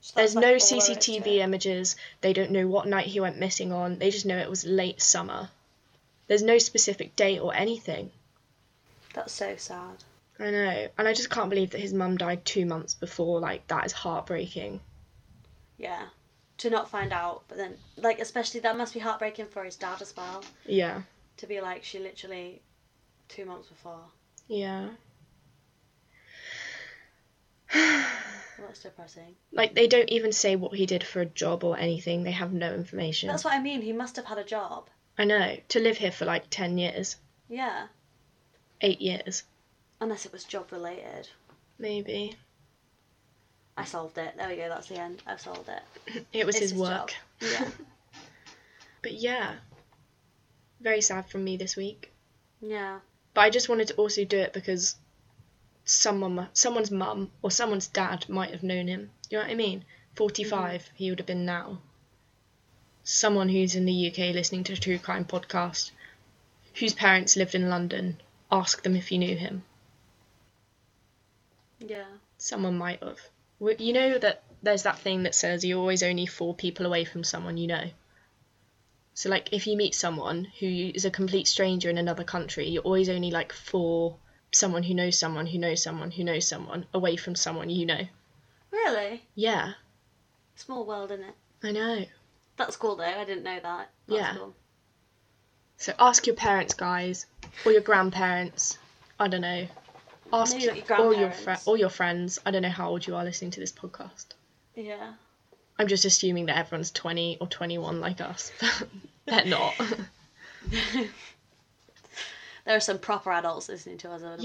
Speaker 2: So that's,
Speaker 1: There's
Speaker 2: like,
Speaker 1: no
Speaker 2: all there is to
Speaker 1: CCTV
Speaker 2: it.
Speaker 1: images. They don't know what night he went missing on. They just know it was late summer. There's no specific date or anything.
Speaker 2: That's so sad.
Speaker 1: I know, and I just can't believe that his mum died two months before. Like that is heartbreaking.
Speaker 2: Yeah. To not find out, but then like especially that must be heartbreaking for his dad as well.
Speaker 1: Yeah,
Speaker 2: To be like she literally two months before.
Speaker 1: yeah.
Speaker 2: Well, that's depressing.
Speaker 1: Like they don't even say what he did for a job or anything. They have no information.
Speaker 2: That's what I mean. He must have had a job.
Speaker 1: I know. To live here for like ten years,
Speaker 2: Yeah.
Speaker 1: eight years,
Speaker 2: Unless it was job related.
Speaker 1: maybe.
Speaker 2: I solved it. There we go. That's the end. I've solved it.
Speaker 1: It was
Speaker 2: It's
Speaker 1: his,
Speaker 2: his
Speaker 1: work.
Speaker 2: job. Yeah.
Speaker 1: But yeah, very sad from me this week.
Speaker 2: yeah.
Speaker 1: But I just wanted to also do it because someone, mu- someone's mum or someone's dad might have known him. You know what I mean? 45 he would have been now. Someone who's in the UK listening to a true crime podcast, whose parents lived in London, ask them if you knew him.
Speaker 2: Yeah.
Speaker 1: Someone might have. W- You know that there's that thing that says you're always only four people away from someone you know. So, like, if you meet someone who is a complete stranger in another country, you're always only like four someone who knows someone who knows someone who knows someone away from someone you know.
Speaker 2: Really?
Speaker 1: Yeah,
Speaker 2: Small world, isn't it?
Speaker 1: I know.
Speaker 2: That's cool though. I didn't know that. That's
Speaker 1: Yeah.
Speaker 2: Cool.
Speaker 1: So, ask your parents, guys, or your grandparents. I don't know. Ask
Speaker 2: Maybe
Speaker 1: your,
Speaker 2: your
Speaker 1: all your fri-
Speaker 2: grandparents.
Speaker 1: all your friends. I don't know how old you are listening to this podcast.
Speaker 2: Yeah.
Speaker 1: I'm just assuming that everyone's 20 or 21 like us. They're not.
Speaker 2: There are some proper adults listening to us. I would imagine.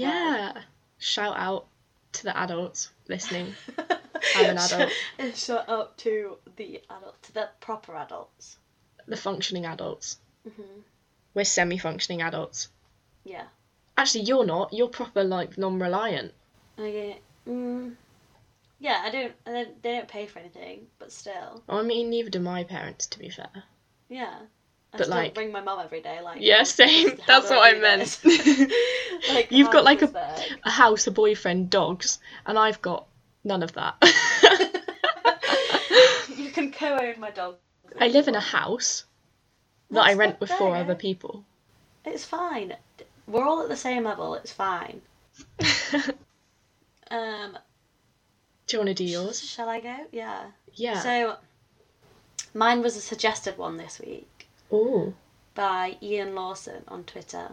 Speaker 1: yeah. Shout out to the adults listening. I'm an adult.
Speaker 2: Shut, shut up to the adult, to the proper adults.
Speaker 1: The functioning adults.
Speaker 2: Mhm.
Speaker 1: We're semi functioning adults.
Speaker 2: Yeah.
Speaker 1: Actually, you're not. You're proper, like, non reliant.
Speaker 2: Okay. Mm, yeah, I don't. I don't- They don't pay for anything, but still,
Speaker 1: I mean, neither do my parents, to be fair.
Speaker 2: yeah. I
Speaker 1: But,
Speaker 2: still
Speaker 1: like-
Speaker 2: ring my mum every day. Like,
Speaker 1: Yeah, same.
Speaker 2: how
Speaker 1: That's
Speaker 2: do
Speaker 1: what I
Speaker 2: do
Speaker 1: meant.
Speaker 2: this? like,
Speaker 1: You've
Speaker 2: how
Speaker 1: got, like,
Speaker 2: does
Speaker 1: a-
Speaker 2: that-
Speaker 1: A house, a boyfriend, dogs, and I've got none of that.
Speaker 2: you can co-own my dog.
Speaker 1: I live in a house that I
Speaker 2: That's
Speaker 1: rent
Speaker 2: not
Speaker 1: with four
Speaker 2: fair.
Speaker 1: other people.
Speaker 2: It's fine. We're all at the same level. It's fine. Um,
Speaker 1: Do you want to do yours?
Speaker 2: shall I go? Yeah.
Speaker 1: Yeah.
Speaker 2: So, mine was a suggested one this week
Speaker 1: oh,
Speaker 2: by Ian Lawson on Twitter.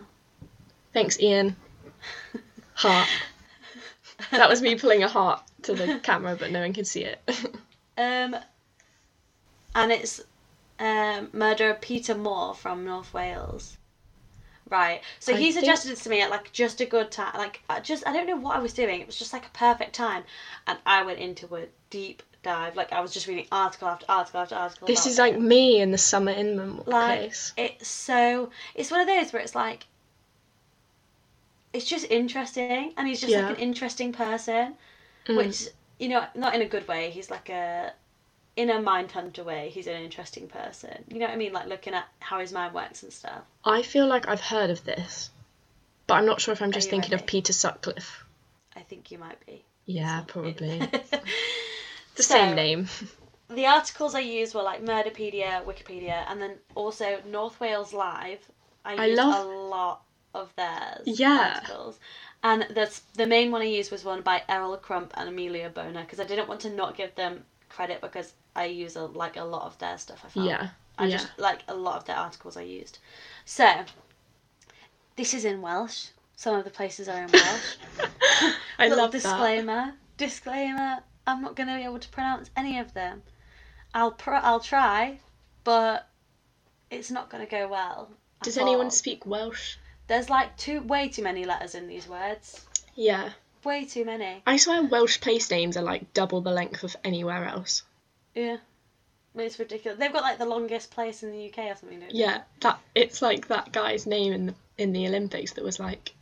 Speaker 1: thanks, Ian. Heart. That was me pulling a heart to the camera, but no one can see it.
Speaker 2: Um, and it's um, murderer Peter Moore from North Wales. Right. So
Speaker 1: I
Speaker 2: he
Speaker 1: think-
Speaker 2: suggested this to me at like just a good time. Like I just I don't know what I was doing. It was just like a perfect time, and I went into a deep dive. Like I was just reading article after article after article.
Speaker 1: this
Speaker 2: about
Speaker 1: is
Speaker 2: it.
Speaker 1: like me in the summer in
Speaker 2: Like-
Speaker 1: place.
Speaker 2: it's so it's one of those where it's like it's just interesting and he's just
Speaker 1: Yeah.
Speaker 2: like an interesting person
Speaker 1: Mm.
Speaker 2: which you know not in a good way he's like a in a mind hunter way he's an interesting person you know what i mean like looking at how his mind works and stuff
Speaker 1: I feel like I've heard of this, but I'm not sure if I'm just
Speaker 2: you
Speaker 1: thinking
Speaker 2: ready?
Speaker 1: of Peter Sutcliffe.
Speaker 2: i think you might be
Speaker 1: Yeah, probably. the
Speaker 2: So-
Speaker 1: same name.
Speaker 2: the articles i used were like murderpedia wikipedia and then also north wales live i,
Speaker 1: I
Speaker 2: used
Speaker 1: love-
Speaker 2: a lot of theirs
Speaker 1: Yeah.
Speaker 2: articles and the, the main one i used was one by errol crump and amelia boner because i didn't want to not give them credit because i use a, like a lot of their stuff i found
Speaker 1: Yeah.
Speaker 2: oh, i
Speaker 1: yeah.
Speaker 2: just like a lot of their articles i used so this is in welsh some of the places are in welsh
Speaker 1: I
Speaker 2: Little
Speaker 1: love that.
Speaker 2: disclaimer. Disclaimer. I'm not going to be able to pronounce any of them. I'll pr- I'll try, but it's not going to go well. at
Speaker 1: Does anyone
Speaker 2: all.
Speaker 1: speak Welsh?
Speaker 2: There's like too way too many letters in these words.
Speaker 1: Yeah.
Speaker 2: Way too many.
Speaker 1: I swear Welsh place names are like double the length of anywhere else.
Speaker 2: Yeah. It's ridiculous. They've got like the longest place in the UK or something. Don't they?
Speaker 1: Yeah, that it's like that guy's name in the, in the Olympics that was like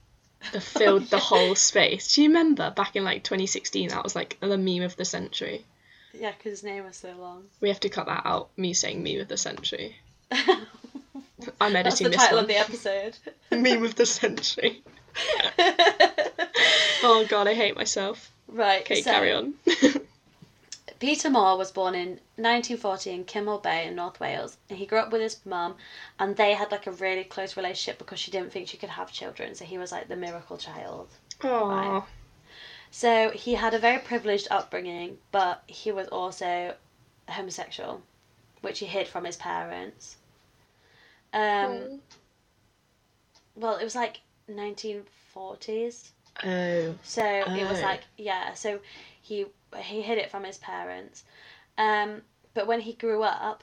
Speaker 1: that filled the
Speaker 2: yeah.
Speaker 1: whole space. Do you remember back in like 2016 that was like the meme of the century?
Speaker 2: Yeah, because his name was so long.
Speaker 1: We have to cut that out. Me saying meme of the century.
Speaker 2: That's
Speaker 1: I'm editing
Speaker 2: the title of the
Speaker 1: this
Speaker 2: episode.
Speaker 1: one. meme of the century. Oh god, I hate myself.
Speaker 2: right.
Speaker 1: Okay,
Speaker 2: so-
Speaker 1: carry on.
Speaker 2: Peter Moore was born in 1940 in Kimmel Bay in North Wales, and he grew up with his mum, and they had like a really close relationship because she didn't think she could have children, so he was like the miracle child.
Speaker 1: Aww.
Speaker 2: So he had a very privileged upbringing, but he was also homosexual, which he hid from his parents. Um, Well, it was like 1940s,
Speaker 1: oh.
Speaker 2: so it was
Speaker 1: Oh.
Speaker 2: like yeah. So he he hid it from his parents, um, but when he grew up,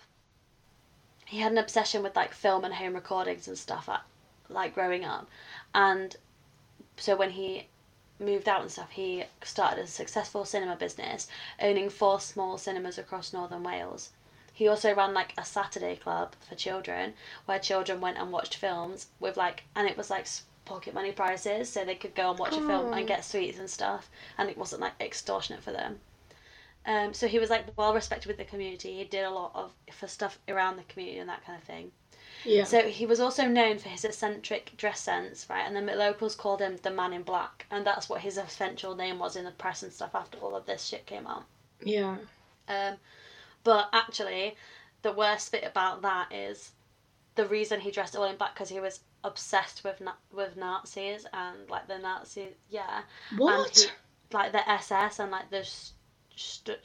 Speaker 2: he had an obsession with like film and home recordings and stuff. At, like growing up, and so when he moved out and stuff, he started a successful cinema business, owning four small cinemas across northern Wales. He also ran like a Saturday club for children, where children went and watched films with like, and it was like s- pocket money prices, so they could go and watch a
Speaker 1: Oh.
Speaker 2: film and get sweets and stuff, and it wasn't like extortionate for them. Um, so he was like well respected with the community. He did a lot of for stuff around the community and that kind of thing.
Speaker 1: Yeah.
Speaker 2: So he was also known for his eccentric dress sense, right? And the locals called him the Man in Black, and that's what his eventual name was in the press and stuff after all of this shit came out.
Speaker 1: yeah.
Speaker 2: Um, but actually, the worst bit about that is the reason he dressed all in black because he was obsessed with na- with Nazis and like the Nazi, yeah,
Speaker 1: What?
Speaker 2: he- like the SS and like the st-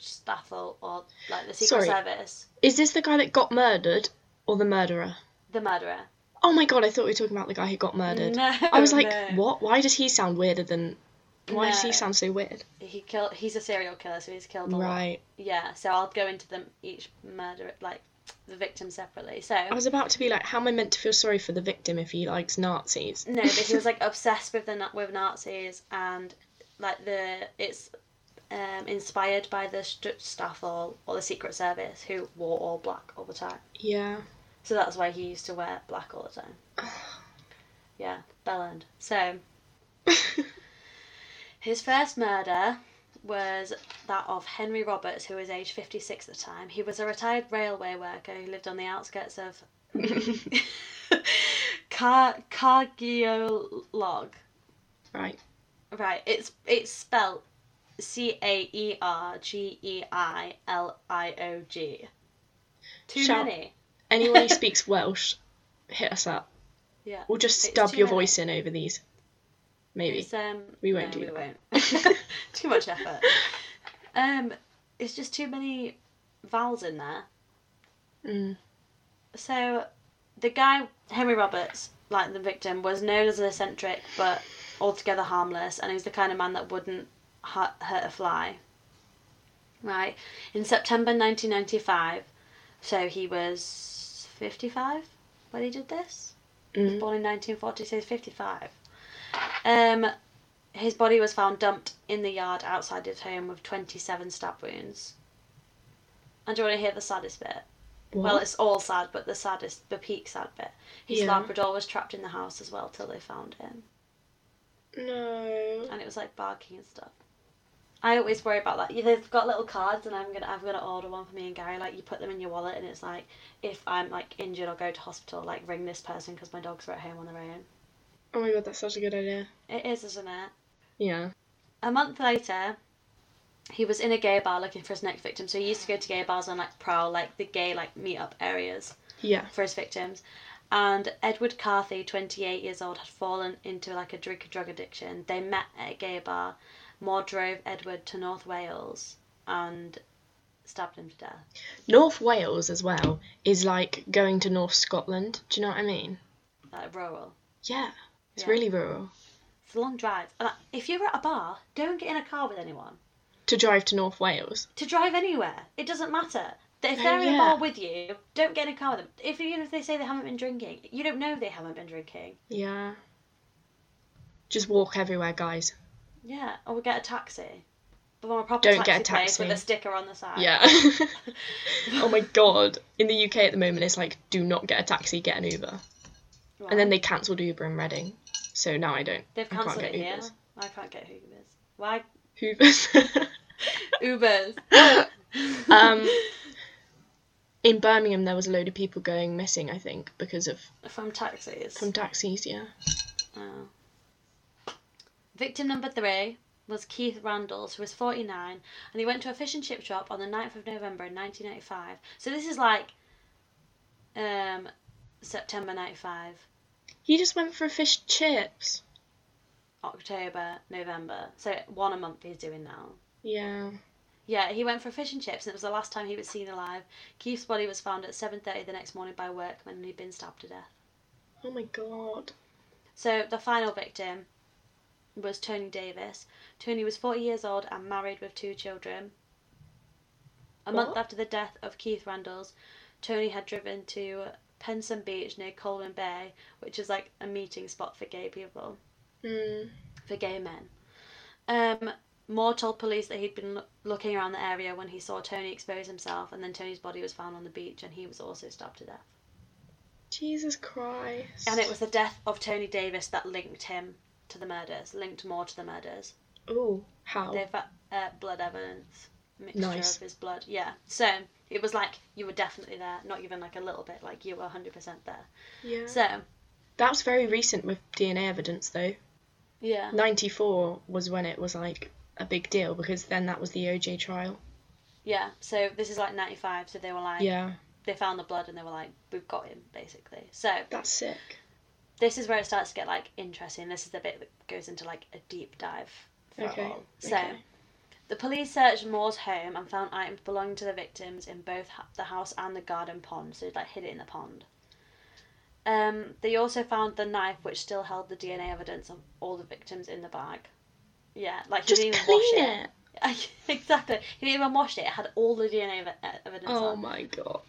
Speaker 2: st- Staffel or like the Secret
Speaker 1: Sorry.
Speaker 2: Service,
Speaker 1: Is this the guy that got murdered or the murderer?
Speaker 2: the murderer.
Speaker 1: Oh my god, I thought we were talking about the guy who got murdered.
Speaker 2: No,
Speaker 1: I was like,
Speaker 2: no.
Speaker 1: what? Why does he sound weirder than. Why does he
Speaker 2: No.
Speaker 1: sound so weird?
Speaker 2: He killed. He's a serial killer, so he's killed a lot.
Speaker 1: Right.
Speaker 2: Yeah, so I'll go into them each murder, like the victim separately. So
Speaker 1: I was about to be like, how am I meant to feel sorry for the victim if he likes Nazis?
Speaker 2: no, but he was like obsessed with the Na- with Nazis and like the it's um, inspired by the Stutzstaffel or the Secret Service who wore all black all the time.
Speaker 1: yeah.
Speaker 2: So that's why he used to wear black all the time. Yeah, bellend. So his first murder was that of Henry Roberts, who was aged 56 at the time. He was a retired railway worker who lived on the outskirts of Car- Cargiolog.
Speaker 1: Right.
Speaker 2: Right, it's it's spelt C A E R G E I L I O G. Too
Speaker 1: Shall-
Speaker 2: many.
Speaker 1: Anyone who speaks Welsh, hit us up.
Speaker 2: Yeah.
Speaker 1: We'll just
Speaker 2: It's
Speaker 1: stub
Speaker 2: too
Speaker 1: your
Speaker 2: many.
Speaker 1: voice in over these. Maybe.
Speaker 2: It's, um,
Speaker 1: We won't do
Speaker 2: no, we
Speaker 1: that.
Speaker 2: Won't. too much effort. Um, it's just too many vowels in there.
Speaker 1: Mm.
Speaker 2: So, the guy Henry Roberts, like the victim, was known as an eccentric but altogether harmless, and he was the kind of man that wouldn't hurt, hurt a fly. Right. In September 1995, so he was 55 when he did this. He was
Speaker 1: Mm.
Speaker 2: born in 1940, so he's 55. Um, his body was found dumped in the yard outside his home with 27 stab wounds. And do you want to hear the saddest bit? Well,
Speaker 1: What?
Speaker 2: it's all sad, but the saddest, the peak sad bit. His
Speaker 1: Yeah.
Speaker 2: Labrador was trapped in the house as well till they found him,
Speaker 1: No.
Speaker 2: and it was like barking and stuff. I always worry about that. Yeah, They've got little cards, and I'm gonna, I'm gonna order one for me and Gary. Like you put them in your wallet, and it's like, if I'm like injured or go to hospital, like ring this person because my dogs are at home on their own.
Speaker 1: Oh my god, that's such a good idea.
Speaker 2: It is, isn't it?
Speaker 1: Yeah.
Speaker 2: A month later, he was in a gay bar looking for his next victim. So he used to go to gay bars and like prowl like the gay like meetup areas.
Speaker 1: Yeah.
Speaker 2: for his victims. And Edward Carthy, 28 years old, had fallen into like a drink and drug addiction. They met at a gay bar. Moore drove Edward to North Wales and stabbed him to death.
Speaker 1: North Wales as well is like going to North Scotland. Do you know what I mean?
Speaker 2: Like rural.
Speaker 1: Yeah. It's
Speaker 2: Yeah.
Speaker 1: really rural.
Speaker 2: It's a long drive. And, like, If you're at a bar, don't get in a car with anyone.
Speaker 1: To drive to North Wales.
Speaker 2: To drive anywhere, it doesn't matter. That If
Speaker 1: Oh,
Speaker 2: they're in a
Speaker 1: yeah.
Speaker 2: bar with you, don't get in a car with them. If even if they say they haven't been drinking, you don't know they haven't been drinking.
Speaker 1: Yeah. Just walk everywhere, guys.
Speaker 2: Yeah, or we get a taxi. But on a proper
Speaker 1: Don't
Speaker 2: taxi,
Speaker 1: get a
Speaker 2: place with a
Speaker 1: taxi.
Speaker 2: sticker on the side.
Speaker 1: Yeah. oh my god. In the UK at the moment, it's like, do not get a taxi, get an Uber.
Speaker 2: Right.
Speaker 1: And then they cancelled Uber in Reading. So now I don't.
Speaker 2: They've
Speaker 1: I can't
Speaker 2: cancelled
Speaker 1: get
Speaker 2: it here.
Speaker 1: Ubers.
Speaker 2: I can't get Ubers. Why
Speaker 1: Ubers.
Speaker 2: Ubers?
Speaker 1: um, in Birmingham, there was a load of people going missing, I think, because of
Speaker 2: From taxis.
Speaker 1: from taxis, yeah.
Speaker 2: Oh. Victim number three was Keith Randalls, who was 49, and he went to a fish and chip shop on the 9th of November in 1985. So this is like um, September 95,
Speaker 1: He just went for a fish chips.
Speaker 2: October, November. So one a month he's doing now.
Speaker 1: Yeah.
Speaker 2: Yeah, he went for fish and chips, and it was the last time he was seen alive. Keith's body was found at 7.30 the next morning by workmen, and he'd been stabbed to death.
Speaker 1: Oh my god.
Speaker 2: So the final victim was Tony Davis. Tony was 40 years old and married with two children. A month
Speaker 1: What?
Speaker 2: after the death of Keith Randalls, Tony had driven to Penson Beach near Colwyn Bay, which is like a meeting spot for gay people,
Speaker 1: Mm.
Speaker 2: for gay men. Um, Moore told police that he'd been loo- looking around the area when he saw Tony expose himself, and then Tony's body was found on the beach and he was also stabbed to death.
Speaker 1: Jesus Christ.
Speaker 2: And it was the death of Tony Davis that linked him to the murders, linked Moore to the murders.
Speaker 1: Oh, how?
Speaker 2: They've got uh, blood evidence, mixture
Speaker 1: Nice.
Speaker 2: of his blood. Yeah. So it was like you were definitely there, not even like a little bit, like you were 100% there.
Speaker 1: Yeah.
Speaker 2: So,
Speaker 1: That was very recent with DNA evidence, though.
Speaker 2: yeah.
Speaker 1: 94 was when it was like a big deal because then that was the OJ trial.
Speaker 2: Yeah. So this is like 95, so they were like,
Speaker 1: Yeah,
Speaker 2: they found the blood and they were like, we've got him, basically. So
Speaker 1: that's sick.
Speaker 2: this is where it starts to get like interesting. This is the bit that goes into like a deep dive for it
Speaker 1: Okay,
Speaker 2: all. So.
Speaker 1: okay.
Speaker 2: The police searched Moore's home and found items belonging to the victims in both h- the house and the garden pond, so they'd like hid it in the pond. Um, they also found the knife which still held the DNA evidence of all the victims in the bag. Yeah, like he
Speaker 1: Just
Speaker 2: didn't
Speaker 1: clean
Speaker 2: even wash it.
Speaker 1: it.
Speaker 2: exactly. He didn't even wash it. It had all the DNA ev- e- evidence
Speaker 1: Oh
Speaker 2: on.
Speaker 1: my god.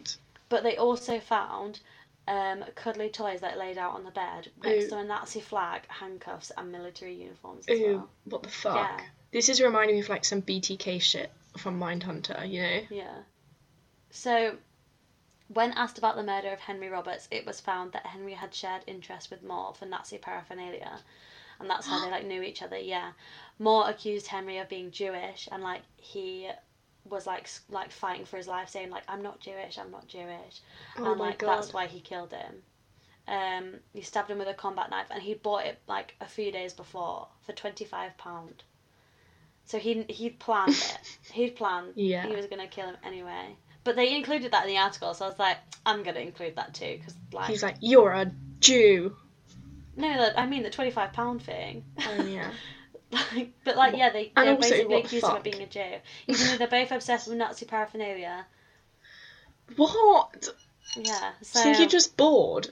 Speaker 2: But they also found um, cuddly toys that laid out on the bed next
Speaker 1: Ooh.
Speaker 2: to a Nazi flag, handcuffs, and military uniforms as
Speaker 1: Ooh,
Speaker 2: well.
Speaker 1: what the fuck?
Speaker 2: Yeah.
Speaker 1: This is reminding me of like some BTK shit from Mindhunter, you know?
Speaker 2: Yeah. So, when asked about the murder of Henry Roberts, it was found that Henry had shared interest with Moore for Nazi paraphernalia and that's how they like knew each other. Yeah, Moore accused Henry of being Jewish, and like he was like s- like fighting for his life, saying like I'm not Jewish, I'm not Jewish,
Speaker 1: Oh
Speaker 2: and
Speaker 1: my
Speaker 2: like
Speaker 1: god.
Speaker 2: that's why he killed him. Um, he stabbed him with a combat knife, and he bought it like a few days before for twenty five pound. So he he planned it. He'd planned.
Speaker 1: Yeah.
Speaker 2: He was gonna kill him anyway. But they included that in the article, so I was like, I'm gonna include that too, because like,
Speaker 1: He's like, you're a Jew.
Speaker 2: no, that I mean the twenty five pound thing.
Speaker 1: Oh yeah.
Speaker 2: like, but like, yeah, they
Speaker 1: And
Speaker 2: they
Speaker 1: also,
Speaker 2: basically
Speaker 1: what the
Speaker 2: accused him
Speaker 1: fuck?
Speaker 2: of being a Jew, even though they're both obsessed with Nazi paraphernalia.
Speaker 1: what?
Speaker 2: Yeah.
Speaker 1: I
Speaker 2: So
Speaker 1: think you're just bored.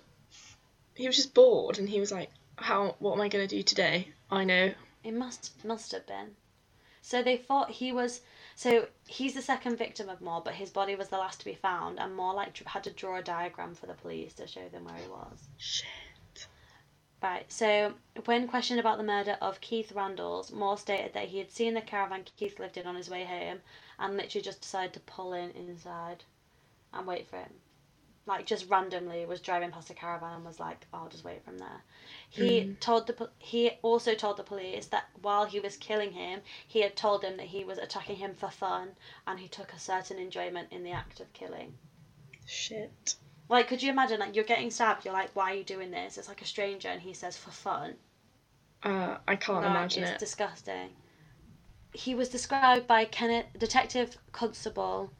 Speaker 1: He was just bored, and he was like, "How? What am I gonna do today? I know.
Speaker 2: It must must have been. So they thought he was. So he's the second victim of Moore, but his body was the last to be found, and Moore like dr- had to draw a diagram for the police to show them where he was.
Speaker 1: Shit.
Speaker 2: Right. So when questioned about the murder of Keith Randalls, Moore stated that he had seen the caravan Keith lived in on his way home, and literally just decided to pull in inside, and wait for him. Like just randomly was driving past a caravan and was like, "Oh, "I'll just wait from there." He told the po- he also told the police that while he was killing him, he had told him that he was attacking him for fun, and he took a certain enjoyment in the act of killing.
Speaker 1: Shit.
Speaker 2: Like, could you imagine? Like, you're getting stabbed. You're like, "Why are you doing this?" It's like a stranger, and he says, "For fun."
Speaker 1: Uh, I can't
Speaker 2: That
Speaker 1: imagine
Speaker 2: is
Speaker 1: it.
Speaker 2: disgusting. He was described by Kenneth Detective Constable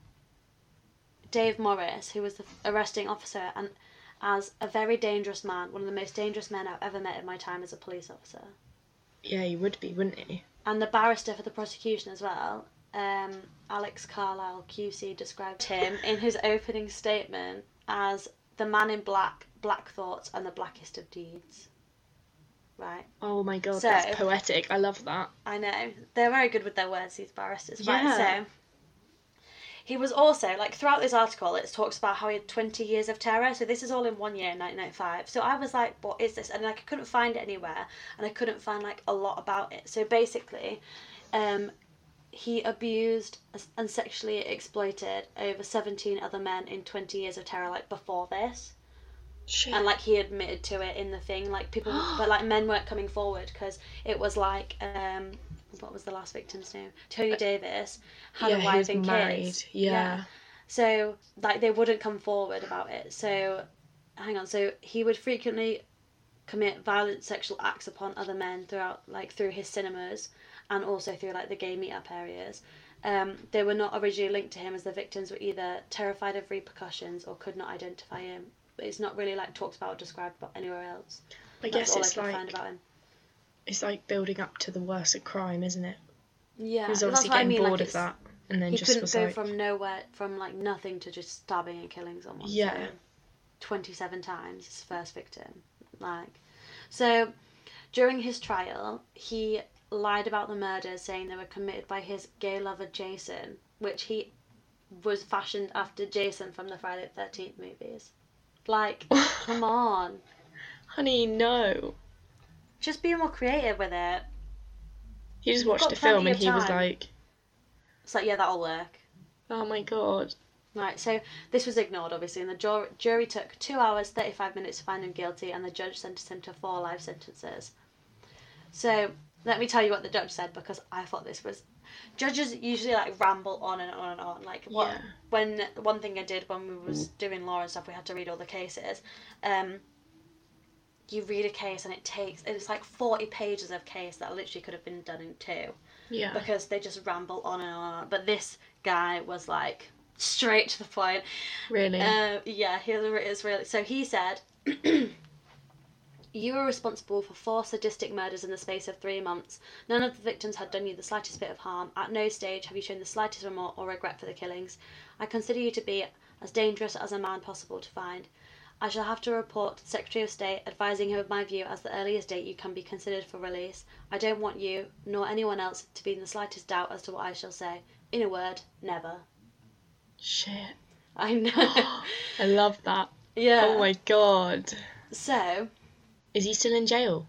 Speaker 2: Dave Morris, who was the arresting officer, and as a very dangerous man, one of the most dangerous men I've ever met in my time as a police officer,
Speaker 1: yeah, he would be, wouldn't he?
Speaker 2: and the barrister for the prosecution as well. Um, Alex Carlisle QC described him in his opening statement as the man in black, black thoughts, and the blackest of deeds. Right.
Speaker 1: Oh my god,
Speaker 2: So-
Speaker 1: that's poetic. I love that.
Speaker 2: I know. They're very good with their words, these barristers.
Speaker 1: Yeah.
Speaker 2: Right, so he was also, like, throughout this article, it talks about how he had 20 years of terror. So this is all in one year, 1995. So I was like, what is this? And, like, I couldn't find it anywhere. And I couldn't find, like, a lot about it. So basically, um, he abused and sexually exploited over 17 other men in 20 years of terror, like, before this
Speaker 1: Shit.
Speaker 2: and like he admitted to it in the thing like people but like men weren't coming forward because it was like um what was the last victim's name tony davis had
Speaker 1: Uh, yeah,
Speaker 2: a
Speaker 1: he was
Speaker 2: wife and
Speaker 1: married.
Speaker 2: kids
Speaker 1: Yeah.
Speaker 2: so like they wouldn't come forward about it so hang on so he would frequently commit violent sexual acts upon other men throughout like through his cinemas and also through like the gay meetup areas um, they were not originally linked to him as the victims were either terrified of repercussions or could not identify him but it's not really like talked about or described about anywhere else
Speaker 1: I
Speaker 2: that's
Speaker 1: guess
Speaker 2: all i
Speaker 1: it's
Speaker 2: can find
Speaker 1: like
Speaker 2: about him
Speaker 1: it's like building up to the worst of crime, isn't it?
Speaker 2: yeah
Speaker 1: He was
Speaker 2: and that's
Speaker 1: obviously
Speaker 2: what i
Speaker 1: getting
Speaker 2: mean
Speaker 1: bored
Speaker 2: like
Speaker 1: of
Speaker 2: it's,
Speaker 1: that, and then
Speaker 2: he
Speaker 1: just
Speaker 2: couldn't
Speaker 1: was
Speaker 2: go
Speaker 1: like,
Speaker 2: from nowhere from like nothing to just stabbing and killing someone so
Speaker 1: Yeah.
Speaker 2: 27 times his first victim like so during his trial he lied about the murders saying they were committed by his gay lover jason which he was fashioned after jason from the friday the 13th movies like come on
Speaker 1: "Honey, no."
Speaker 2: just be more creative with it
Speaker 1: He just
Speaker 2: You've
Speaker 1: watched
Speaker 2: got
Speaker 1: the film,
Speaker 2: plenty
Speaker 1: and
Speaker 2: of
Speaker 1: he was
Speaker 2: time.
Speaker 1: like,
Speaker 2: it's like yeah that'll work
Speaker 1: "Oh my god."
Speaker 2: Right, so this was ignored obviously, and the jury, jury took two hours, 35 minutes to find him guilty, and the judge sentenced him to four life sentences. So let me tell you what the judge said because I thought this was. Judges usually like ramble on and on and on. Like, what,
Speaker 1: Yeah.
Speaker 2: when one thing I did when we was doing law and stuff, we had to read all the cases. Um, you read a case and it takes, it's like 40 pages of case that literally could have been done in two
Speaker 1: Yeah.
Speaker 2: because they just ramble on and on. and on. But this guy was like straight to the point.
Speaker 1: really.
Speaker 2: Uh, yeah, he is really. So he said, "You were responsible for four sadistic murders in the space of three months. None of the victims had done you the slightest bit of harm. At no stage have you shown the slightest remorse or regret for the killings. I consider you to be as dangerous as a man possible to find." I shall have to report to the Secretary of State, advising him of my view as the earliest date you can be considered for release. I don't want you, nor anyone else, to be in the slightest doubt as to what I shall say. In a word, never.
Speaker 1: Shit.
Speaker 2: I know.
Speaker 1: I love that.
Speaker 2: yeah.
Speaker 1: Oh my god.
Speaker 2: So,
Speaker 1: Is he still in jail?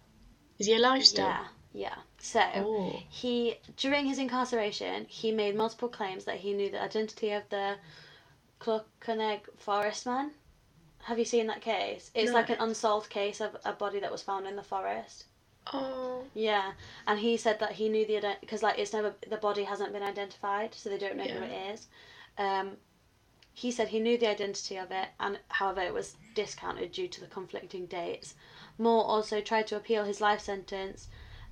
Speaker 1: Is he alive still?
Speaker 2: yeah, yeah. So,
Speaker 1: Oh.
Speaker 2: he during his incarceration, he made multiple claims that he knew the identity of the Cluckenegg forest man. Have you seen that case? It's
Speaker 1: No.
Speaker 2: like an unsolved case of a body that was found in the forest.
Speaker 1: Oh.
Speaker 2: Yeah, and he said that he knew the because like it's never the body hasn't been identified, so they don't know who
Speaker 1: Yeah.
Speaker 2: it is. Um, he said he knew the identity of it, and however it was discounted due to the conflicting dates. Moore also tried to appeal his life sentence.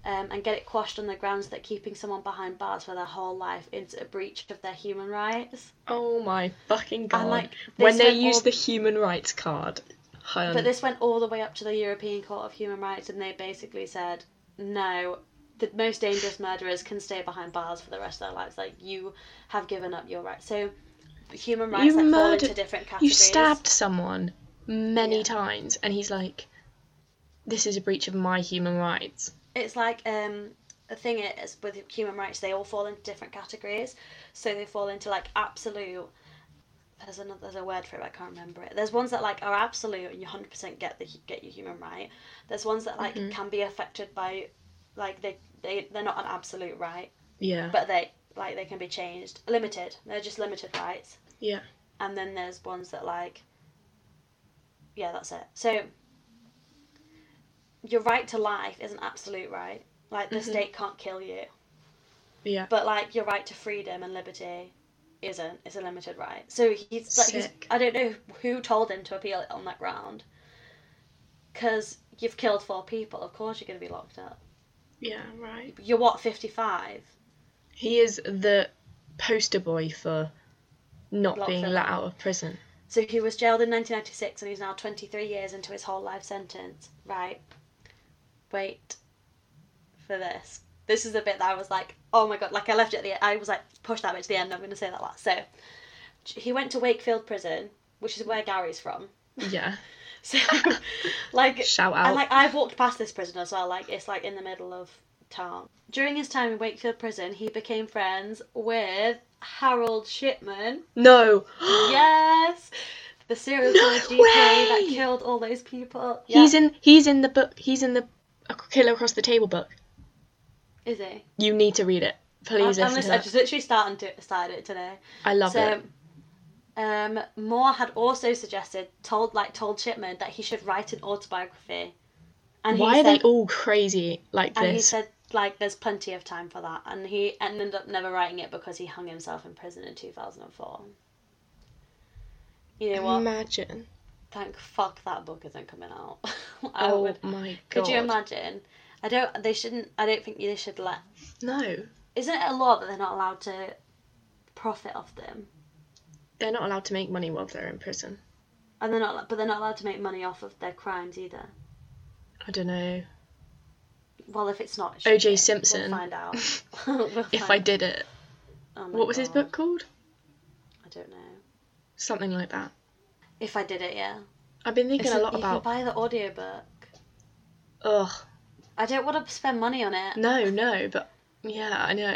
Speaker 2: Um, and get it quashed on the grounds that keeping someone behind bars for their whole life is a breach of their human rights.
Speaker 1: Oh my fucking god.
Speaker 2: And like
Speaker 1: when
Speaker 2: this
Speaker 1: they
Speaker 2: went
Speaker 1: use
Speaker 2: all-
Speaker 1: the human rights card. High on...
Speaker 2: But this went all the way up to the European Court of Human Rights, and they basically said, no, the most dangerous murderers can stay behind bars for the rest of their lives. Like, you have given up your rights. So, human rights
Speaker 1: You
Speaker 2: like, fall into
Speaker 1: murdered-
Speaker 2: different categories.
Speaker 1: you stabbed someone many
Speaker 2: Yeah.
Speaker 1: times and he's like this is a breach of my human rights.
Speaker 2: It's like, um, the thing is, with human rights, they all fall into different categories. So, they fall into, like, absolute. There's another. There's a word for it. but I can't remember it. There's ones that like are absolute, and you hundred percent get the get your human right. There's ones that like
Speaker 1: Mhm.
Speaker 2: can be affected by, like they they they're not an absolute right.
Speaker 1: Yeah.
Speaker 2: but they like they can be changed limited they're just limited rights
Speaker 1: Yeah.
Speaker 2: and then there's ones that like yeah that's it so your right to life is an absolute right like the
Speaker 1: Mhm.
Speaker 2: state can't kill you
Speaker 1: yeah.
Speaker 2: but like your right to freedom and liberty isn't it's a limited right so he's like he's,
Speaker 1: Sick.
Speaker 2: i don't know who told him to appeal it on that ground because you've killed four people of course you're going to be locked up
Speaker 1: yeah, right.
Speaker 2: you're what 55
Speaker 1: He is the poster boy for not
Speaker 2: Locked
Speaker 1: being
Speaker 2: up.
Speaker 1: let out of prison.
Speaker 2: So he was jailed in 1996 and he's now 23 years into his whole life sentence. Right. Wait for this. This is the bit that I was like, oh my god, like I left it at the I was like, push that bit to the end, I'm going to say that last. So he went to Wakefield Prison, which is where Gary's from.
Speaker 1: Yeah.
Speaker 2: So, like,
Speaker 1: Shout out.
Speaker 2: and like I've walked past this prison as well. Like it's like in the middle of town. During his time in Wakefield Prison, he became friends with Harold Shipman.
Speaker 1: No.
Speaker 2: yes, the serial
Speaker 1: No
Speaker 2: killer GP that
Speaker 1: way!
Speaker 2: killed all those people.
Speaker 1: He's
Speaker 2: Yeah.
Speaker 1: in he's in the book he's in the Killer Across the Table book.
Speaker 2: Is he?
Speaker 1: You need to read it. Please
Speaker 2: I'm, I'm
Speaker 1: listen to
Speaker 2: just, I
Speaker 1: that.
Speaker 2: just literally started to started it today.
Speaker 1: I love
Speaker 2: so,
Speaker 1: it.
Speaker 2: um, Moore had also suggested told like told Shipman that he should write an autobiography. And
Speaker 1: Why
Speaker 2: he
Speaker 1: are
Speaker 2: said,
Speaker 1: they all crazy like
Speaker 2: And he
Speaker 1: this?
Speaker 2: said like there's plenty of time for that, and he ended up never writing it because he hung himself in prison in 2004. You know what?
Speaker 1: Mm. Imagine.
Speaker 2: Thank fuck that book isn't coming out. I
Speaker 1: Oh
Speaker 2: would-
Speaker 1: my god.
Speaker 2: Could you imagine? I don't. They shouldn't. I don't think they should let.
Speaker 1: No.
Speaker 2: Isn't it a law that they're not allowed to profit off them,
Speaker 1: They're not allowed to make money while they're in prison.
Speaker 2: and they're not. But they're not allowed to make money off of their crimes either.
Speaker 1: I don't know.
Speaker 2: Well, if it's not it should
Speaker 1: O.J.
Speaker 2: be.
Speaker 1: Simpson.
Speaker 2: we'll find out. We'll
Speaker 1: If
Speaker 2: find
Speaker 1: I did it.
Speaker 2: Oh my
Speaker 1: What was his
Speaker 2: God.
Speaker 1: book called?
Speaker 2: I don't know.
Speaker 1: Something like that.
Speaker 2: If I did it, yeah.
Speaker 1: I've been thinking
Speaker 2: It's-
Speaker 1: a lot
Speaker 2: you
Speaker 1: about.
Speaker 2: can buy the audiobook.
Speaker 1: Ugh.
Speaker 2: I don't want to spend money on it.
Speaker 1: No, no, but yeah, I know.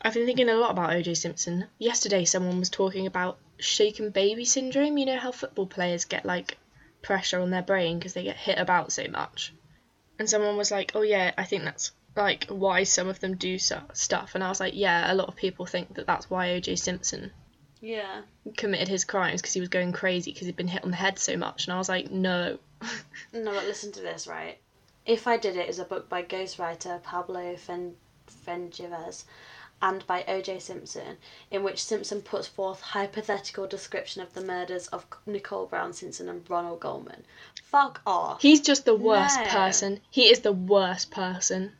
Speaker 1: I've been thinking a lot about O.J. Simpson. Yesterday, someone was talking about shaken baby syndrome. You know how football players get like pressure on their brain because they get hit about so much. And someone was like, "Oh yeah, I think that's like why some of them do so- stuff." And I was like, "Yeah, a lot of people think that that's why O.J. Simpson
Speaker 2: Yeah.
Speaker 1: committed his crimes because he was going crazy because he'd been hit on the head so much." And I was like, "No,
Speaker 2: No, but listen to this, right? If I Did It is a book by ghostwriter Pablo Fen- Fengives and by O.J. Simpson, in which Simpson puts forth hypothetical description of the murders of Nicole Brown Simpson and Ronald Goldman. Fuck off.
Speaker 1: He's just the worst
Speaker 2: No.
Speaker 1: person. He is the worst person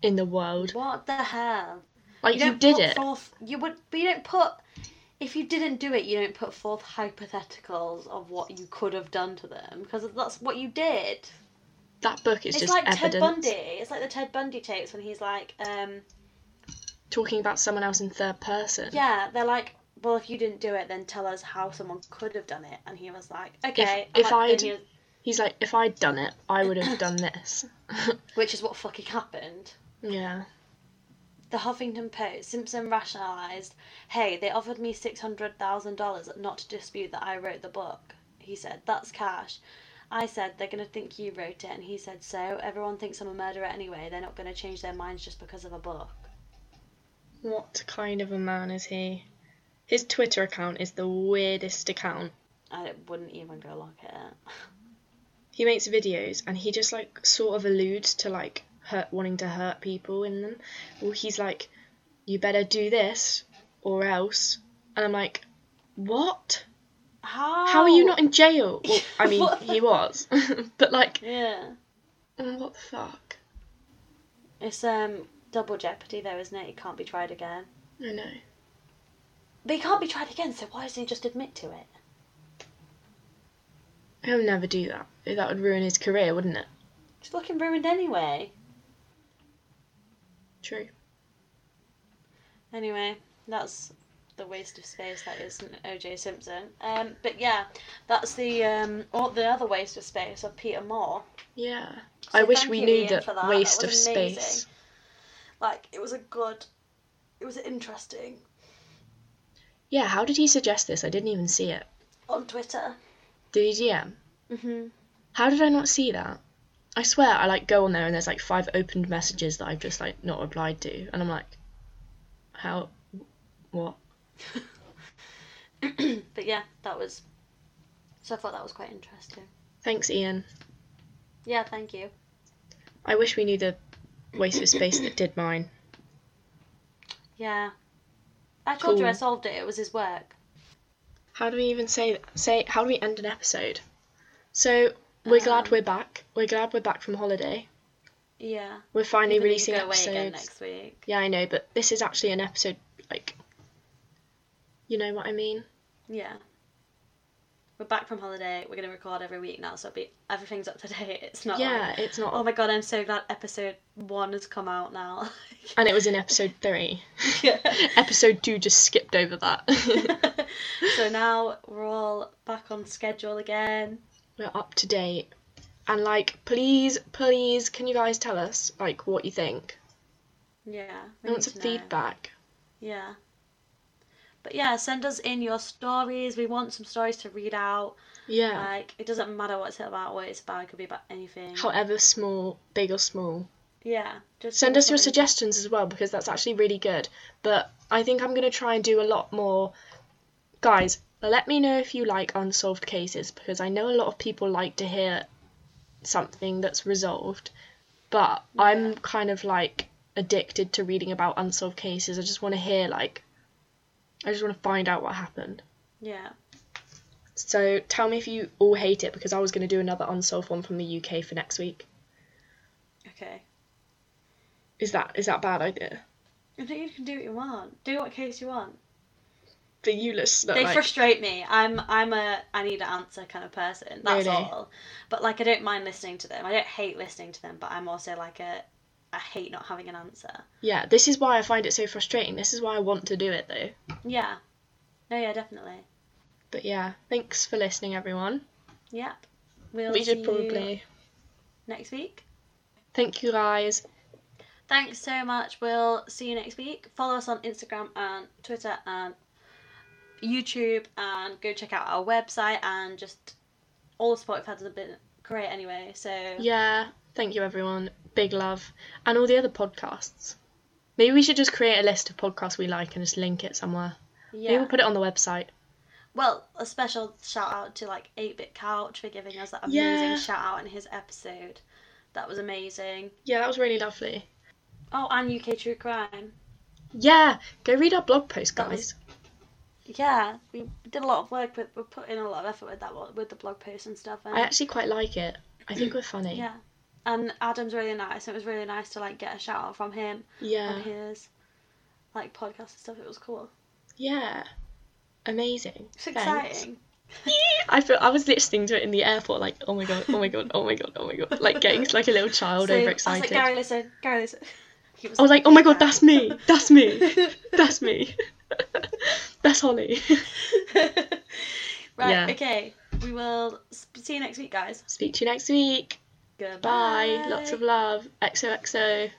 Speaker 1: in the world.
Speaker 2: What the hell?
Speaker 1: Like you, did
Speaker 2: put
Speaker 1: it.
Speaker 2: Forth, you would, but you don't put. If you didn't do it, you don't put forth hypotheticals of what you could have done to them because that's what you did.
Speaker 1: That book is
Speaker 2: It's,
Speaker 1: just
Speaker 2: like
Speaker 1: evidence.
Speaker 2: Ted Bundy. It's like the Ted Bundy tapes when he's like, um,
Speaker 1: Talking about someone else in third person.
Speaker 2: Yeah, they're like, well, if you didn't do it, then tell us how somemeone could have done it. And he was like, okay.
Speaker 1: if
Speaker 2: like, then
Speaker 1: I'd-
Speaker 2: he was-
Speaker 1: He's like, if I'd done it, I would have done this.
Speaker 2: which is what fucking happened.
Speaker 1: yeah.
Speaker 2: The Huffington Post, Simpson rationalised, hey, they offered me $600,000 not to dispute that I wrote the book. He said, that's cash. I said, they're going to think you wrote it. And he said, so everyone thinks I'm a murderer anyway. They're not going to change their minds just because of a book.
Speaker 1: What kind of a man is he? His Twitter account is the weirdest account.
Speaker 2: I wouldn't even go look at it.
Speaker 1: he makes videos and he just like sort of alludes to like hurt wanting to hurt people in them. Well, he's like, you better do this or else, and I'm like, what?
Speaker 2: How?
Speaker 1: How are you not in jail? Well, I mean,
Speaker 2: Oh. What?
Speaker 1: he was, but like, oh,
Speaker 2: Yeah.
Speaker 1: what the fuck?
Speaker 2: It's um double jeopardy though, isn't it? He can't be tried again.
Speaker 1: I know.
Speaker 2: But he can't be tried again, so why doesn't he just admit to it?
Speaker 1: He'll never do that. That would ruin his career, wouldn't it?
Speaker 2: He's fucking ruined anyway.
Speaker 1: True.
Speaker 2: Anyway, that's the waste of space that is OJ Simpson. Um, but yeah, that's the um, or the other waste of space of Peter Moore.
Speaker 1: Yeah.
Speaker 2: So
Speaker 1: I wish
Speaker 2: thank
Speaker 1: we
Speaker 2: you,
Speaker 1: knew
Speaker 2: Ian,
Speaker 1: that,
Speaker 2: for that.
Speaker 1: waste
Speaker 2: That
Speaker 1: of
Speaker 2: was
Speaker 1: space.
Speaker 2: amazing. Like it was a good, it was interesting
Speaker 1: Yeah, how did he suggest this? I didn't even see it.
Speaker 2: on Twitter.
Speaker 1: Did he DM?
Speaker 2: Mm-hmm.
Speaker 1: How did I not see that? I swear I like go on there and there's like five opened messages that I've just like not replied to and I'm like how what?
Speaker 2: But yeah, that was. So I thought that was quite interesting.
Speaker 1: Thanks Ian.
Speaker 2: Yeah, thank you.
Speaker 1: I wish we knew the waste of space that did mine.
Speaker 2: Yeah, I told you I
Speaker 1: Cool.
Speaker 2: solved it. It was his work.
Speaker 1: How do we even say say how do we end an episode? So we're glad
Speaker 2: Um.
Speaker 1: we're back. We're glad we're back from holiday.
Speaker 2: Yeah.
Speaker 1: We're finally
Speaker 2: Even though you
Speaker 1: releasing
Speaker 2: go away
Speaker 1: episodes.
Speaker 2: again next week.
Speaker 1: Yeah, I know, but this is actually an episode like you know what I mean?
Speaker 2: Yeah. We're back from holiday. We're gonna record every week now, so it'll be everything's up to date. It's not. like,
Speaker 1: yeah, it's not
Speaker 2: oh my god, I'm so glad episode one has come out now.
Speaker 1: and it was in episode 3.
Speaker 2: Yeah.
Speaker 1: episode 2 just skipped over that.
Speaker 2: so now we're all back on schedule again.
Speaker 1: We're up to date. And like please, please can you guys tell us like what you think?
Speaker 2: Yeah.
Speaker 1: We want some
Speaker 2: to know.
Speaker 1: feedback.
Speaker 2: Yeah. But yeah, send us in your stories. We want some stories to read out.
Speaker 1: Yeah.
Speaker 2: Like it doesn't matter what it's about, what it's about. It could be about anything.
Speaker 1: However small, big or small.
Speaker 2: Yeah. Just
Speaker 1: Send
Speaker 2: give
Speaker 1: us your
Speaker 2: something.
Speaker 1: suggestions as well because that's actually really good. But I think I'm going to try and do a lot more guys, let me know if you like unsolved cases because I know a lot of people like to hear something that's resolved, but I'm kind of like addicted to reading about unsolved cases. I just want to hear like I just want to find out what happened.
Speaker 2: Yeah.
Speaker 1: So tell me if you all hate it because I was going to do another unsolved one from the UK for next week.
Speaker 2: Okay.
Speaker 1: Is that is that a bad idea?
Speaker 2: I think you can do what you want. Do what case you want.
Speaker 1: But you listen
Speaker 2: They
Speaker 1: like
Speaker 2: frustrate me. I'm I'm a I need an answer kind of person. That's
Speaker 1: Really?
Speaker 2: all. But like I don't mind listening to them. I don't hate listening to them, but I'm also like a I hate not having an answer.
Speaker 1: yeah, this is why I find it so frustrating. This is why I want to do it though.
Speaker 2: Yeah. No, yeah, definitely.
Speaker 1: But yeah, thanks for listening everyone.
Speaker 2: Yep. We'll
Speaker 1: we
Speaker 2: see
Speaker 1: should
Speaker 2: you
Speaker 1: probably
Speaker 2: next week.
Speaker 1: Thank you guys.
Speaker 2: Thanks so much. We'll see you next week. Follow us on Instagram and Twitter and YouTube and go check out our website and just all the Spotify has been great anyway. So
Speaker 1: Yeah, thank you everyone. Big love. And all the other podcasts. Maybe we should just create a list of podcasts we like and just link it somewhere. Maybe
Speaker 2: yeah.
Speaker 1: we'll put it on the website.
Speaker 2: Well, a special shout out to like 8 Bit Couch for giving us that amazing
Speaker 1: Yeah.
Speaker 2: shout out in his episode. That was amazing.
Speaker 1: Yeah, that was really lovely.
Speaker 2: Oh, and UK True Crime.
Speaker 1: Yeah, go read our blog post,
Speaker 2: That
Speaker 1: guys.
Speaker 2: was- Yeah, we did a lot of work with, we put in a lot of effort with that one, with the blog post and stuff. And,
Speaker 1: I actually quite like it. I think we're funny.
Speaker 2: yeah. And Adam's really nice. It was really nice to like get a shout out from him
Speaker 1: Yeah.
Speaker 2: on his like podcast and stuff. It was cool.
Speaker 1: Yeah. Amazing.
Speaker 2: It's
Speaker 1: Thanks.
Speaker 2: exciting.
Speaker 1: I feel I was listening to it in the airport, like, oh my god, oh my god, oh my god, oh my god. Like getting like a little child
Speaker 2: So, I was
Speaker 1: overexcited.
Speaker 2: like, Gary, listen, Gary, listen. He
Speaker 1: I was like, oh my god,
Speaker 2: yeah.
Speaker 1: that's me. That's me. That's me. that's Holly.
Speaker 2: right,
Speaker 1: Yeah.
Speaker 2: okay. We will s- see you next week, guys.
Speaker 1: Speak to you next week.
Speaker 2: Goodbye.
Speaker 1: Bye. Lots of love. XOXO.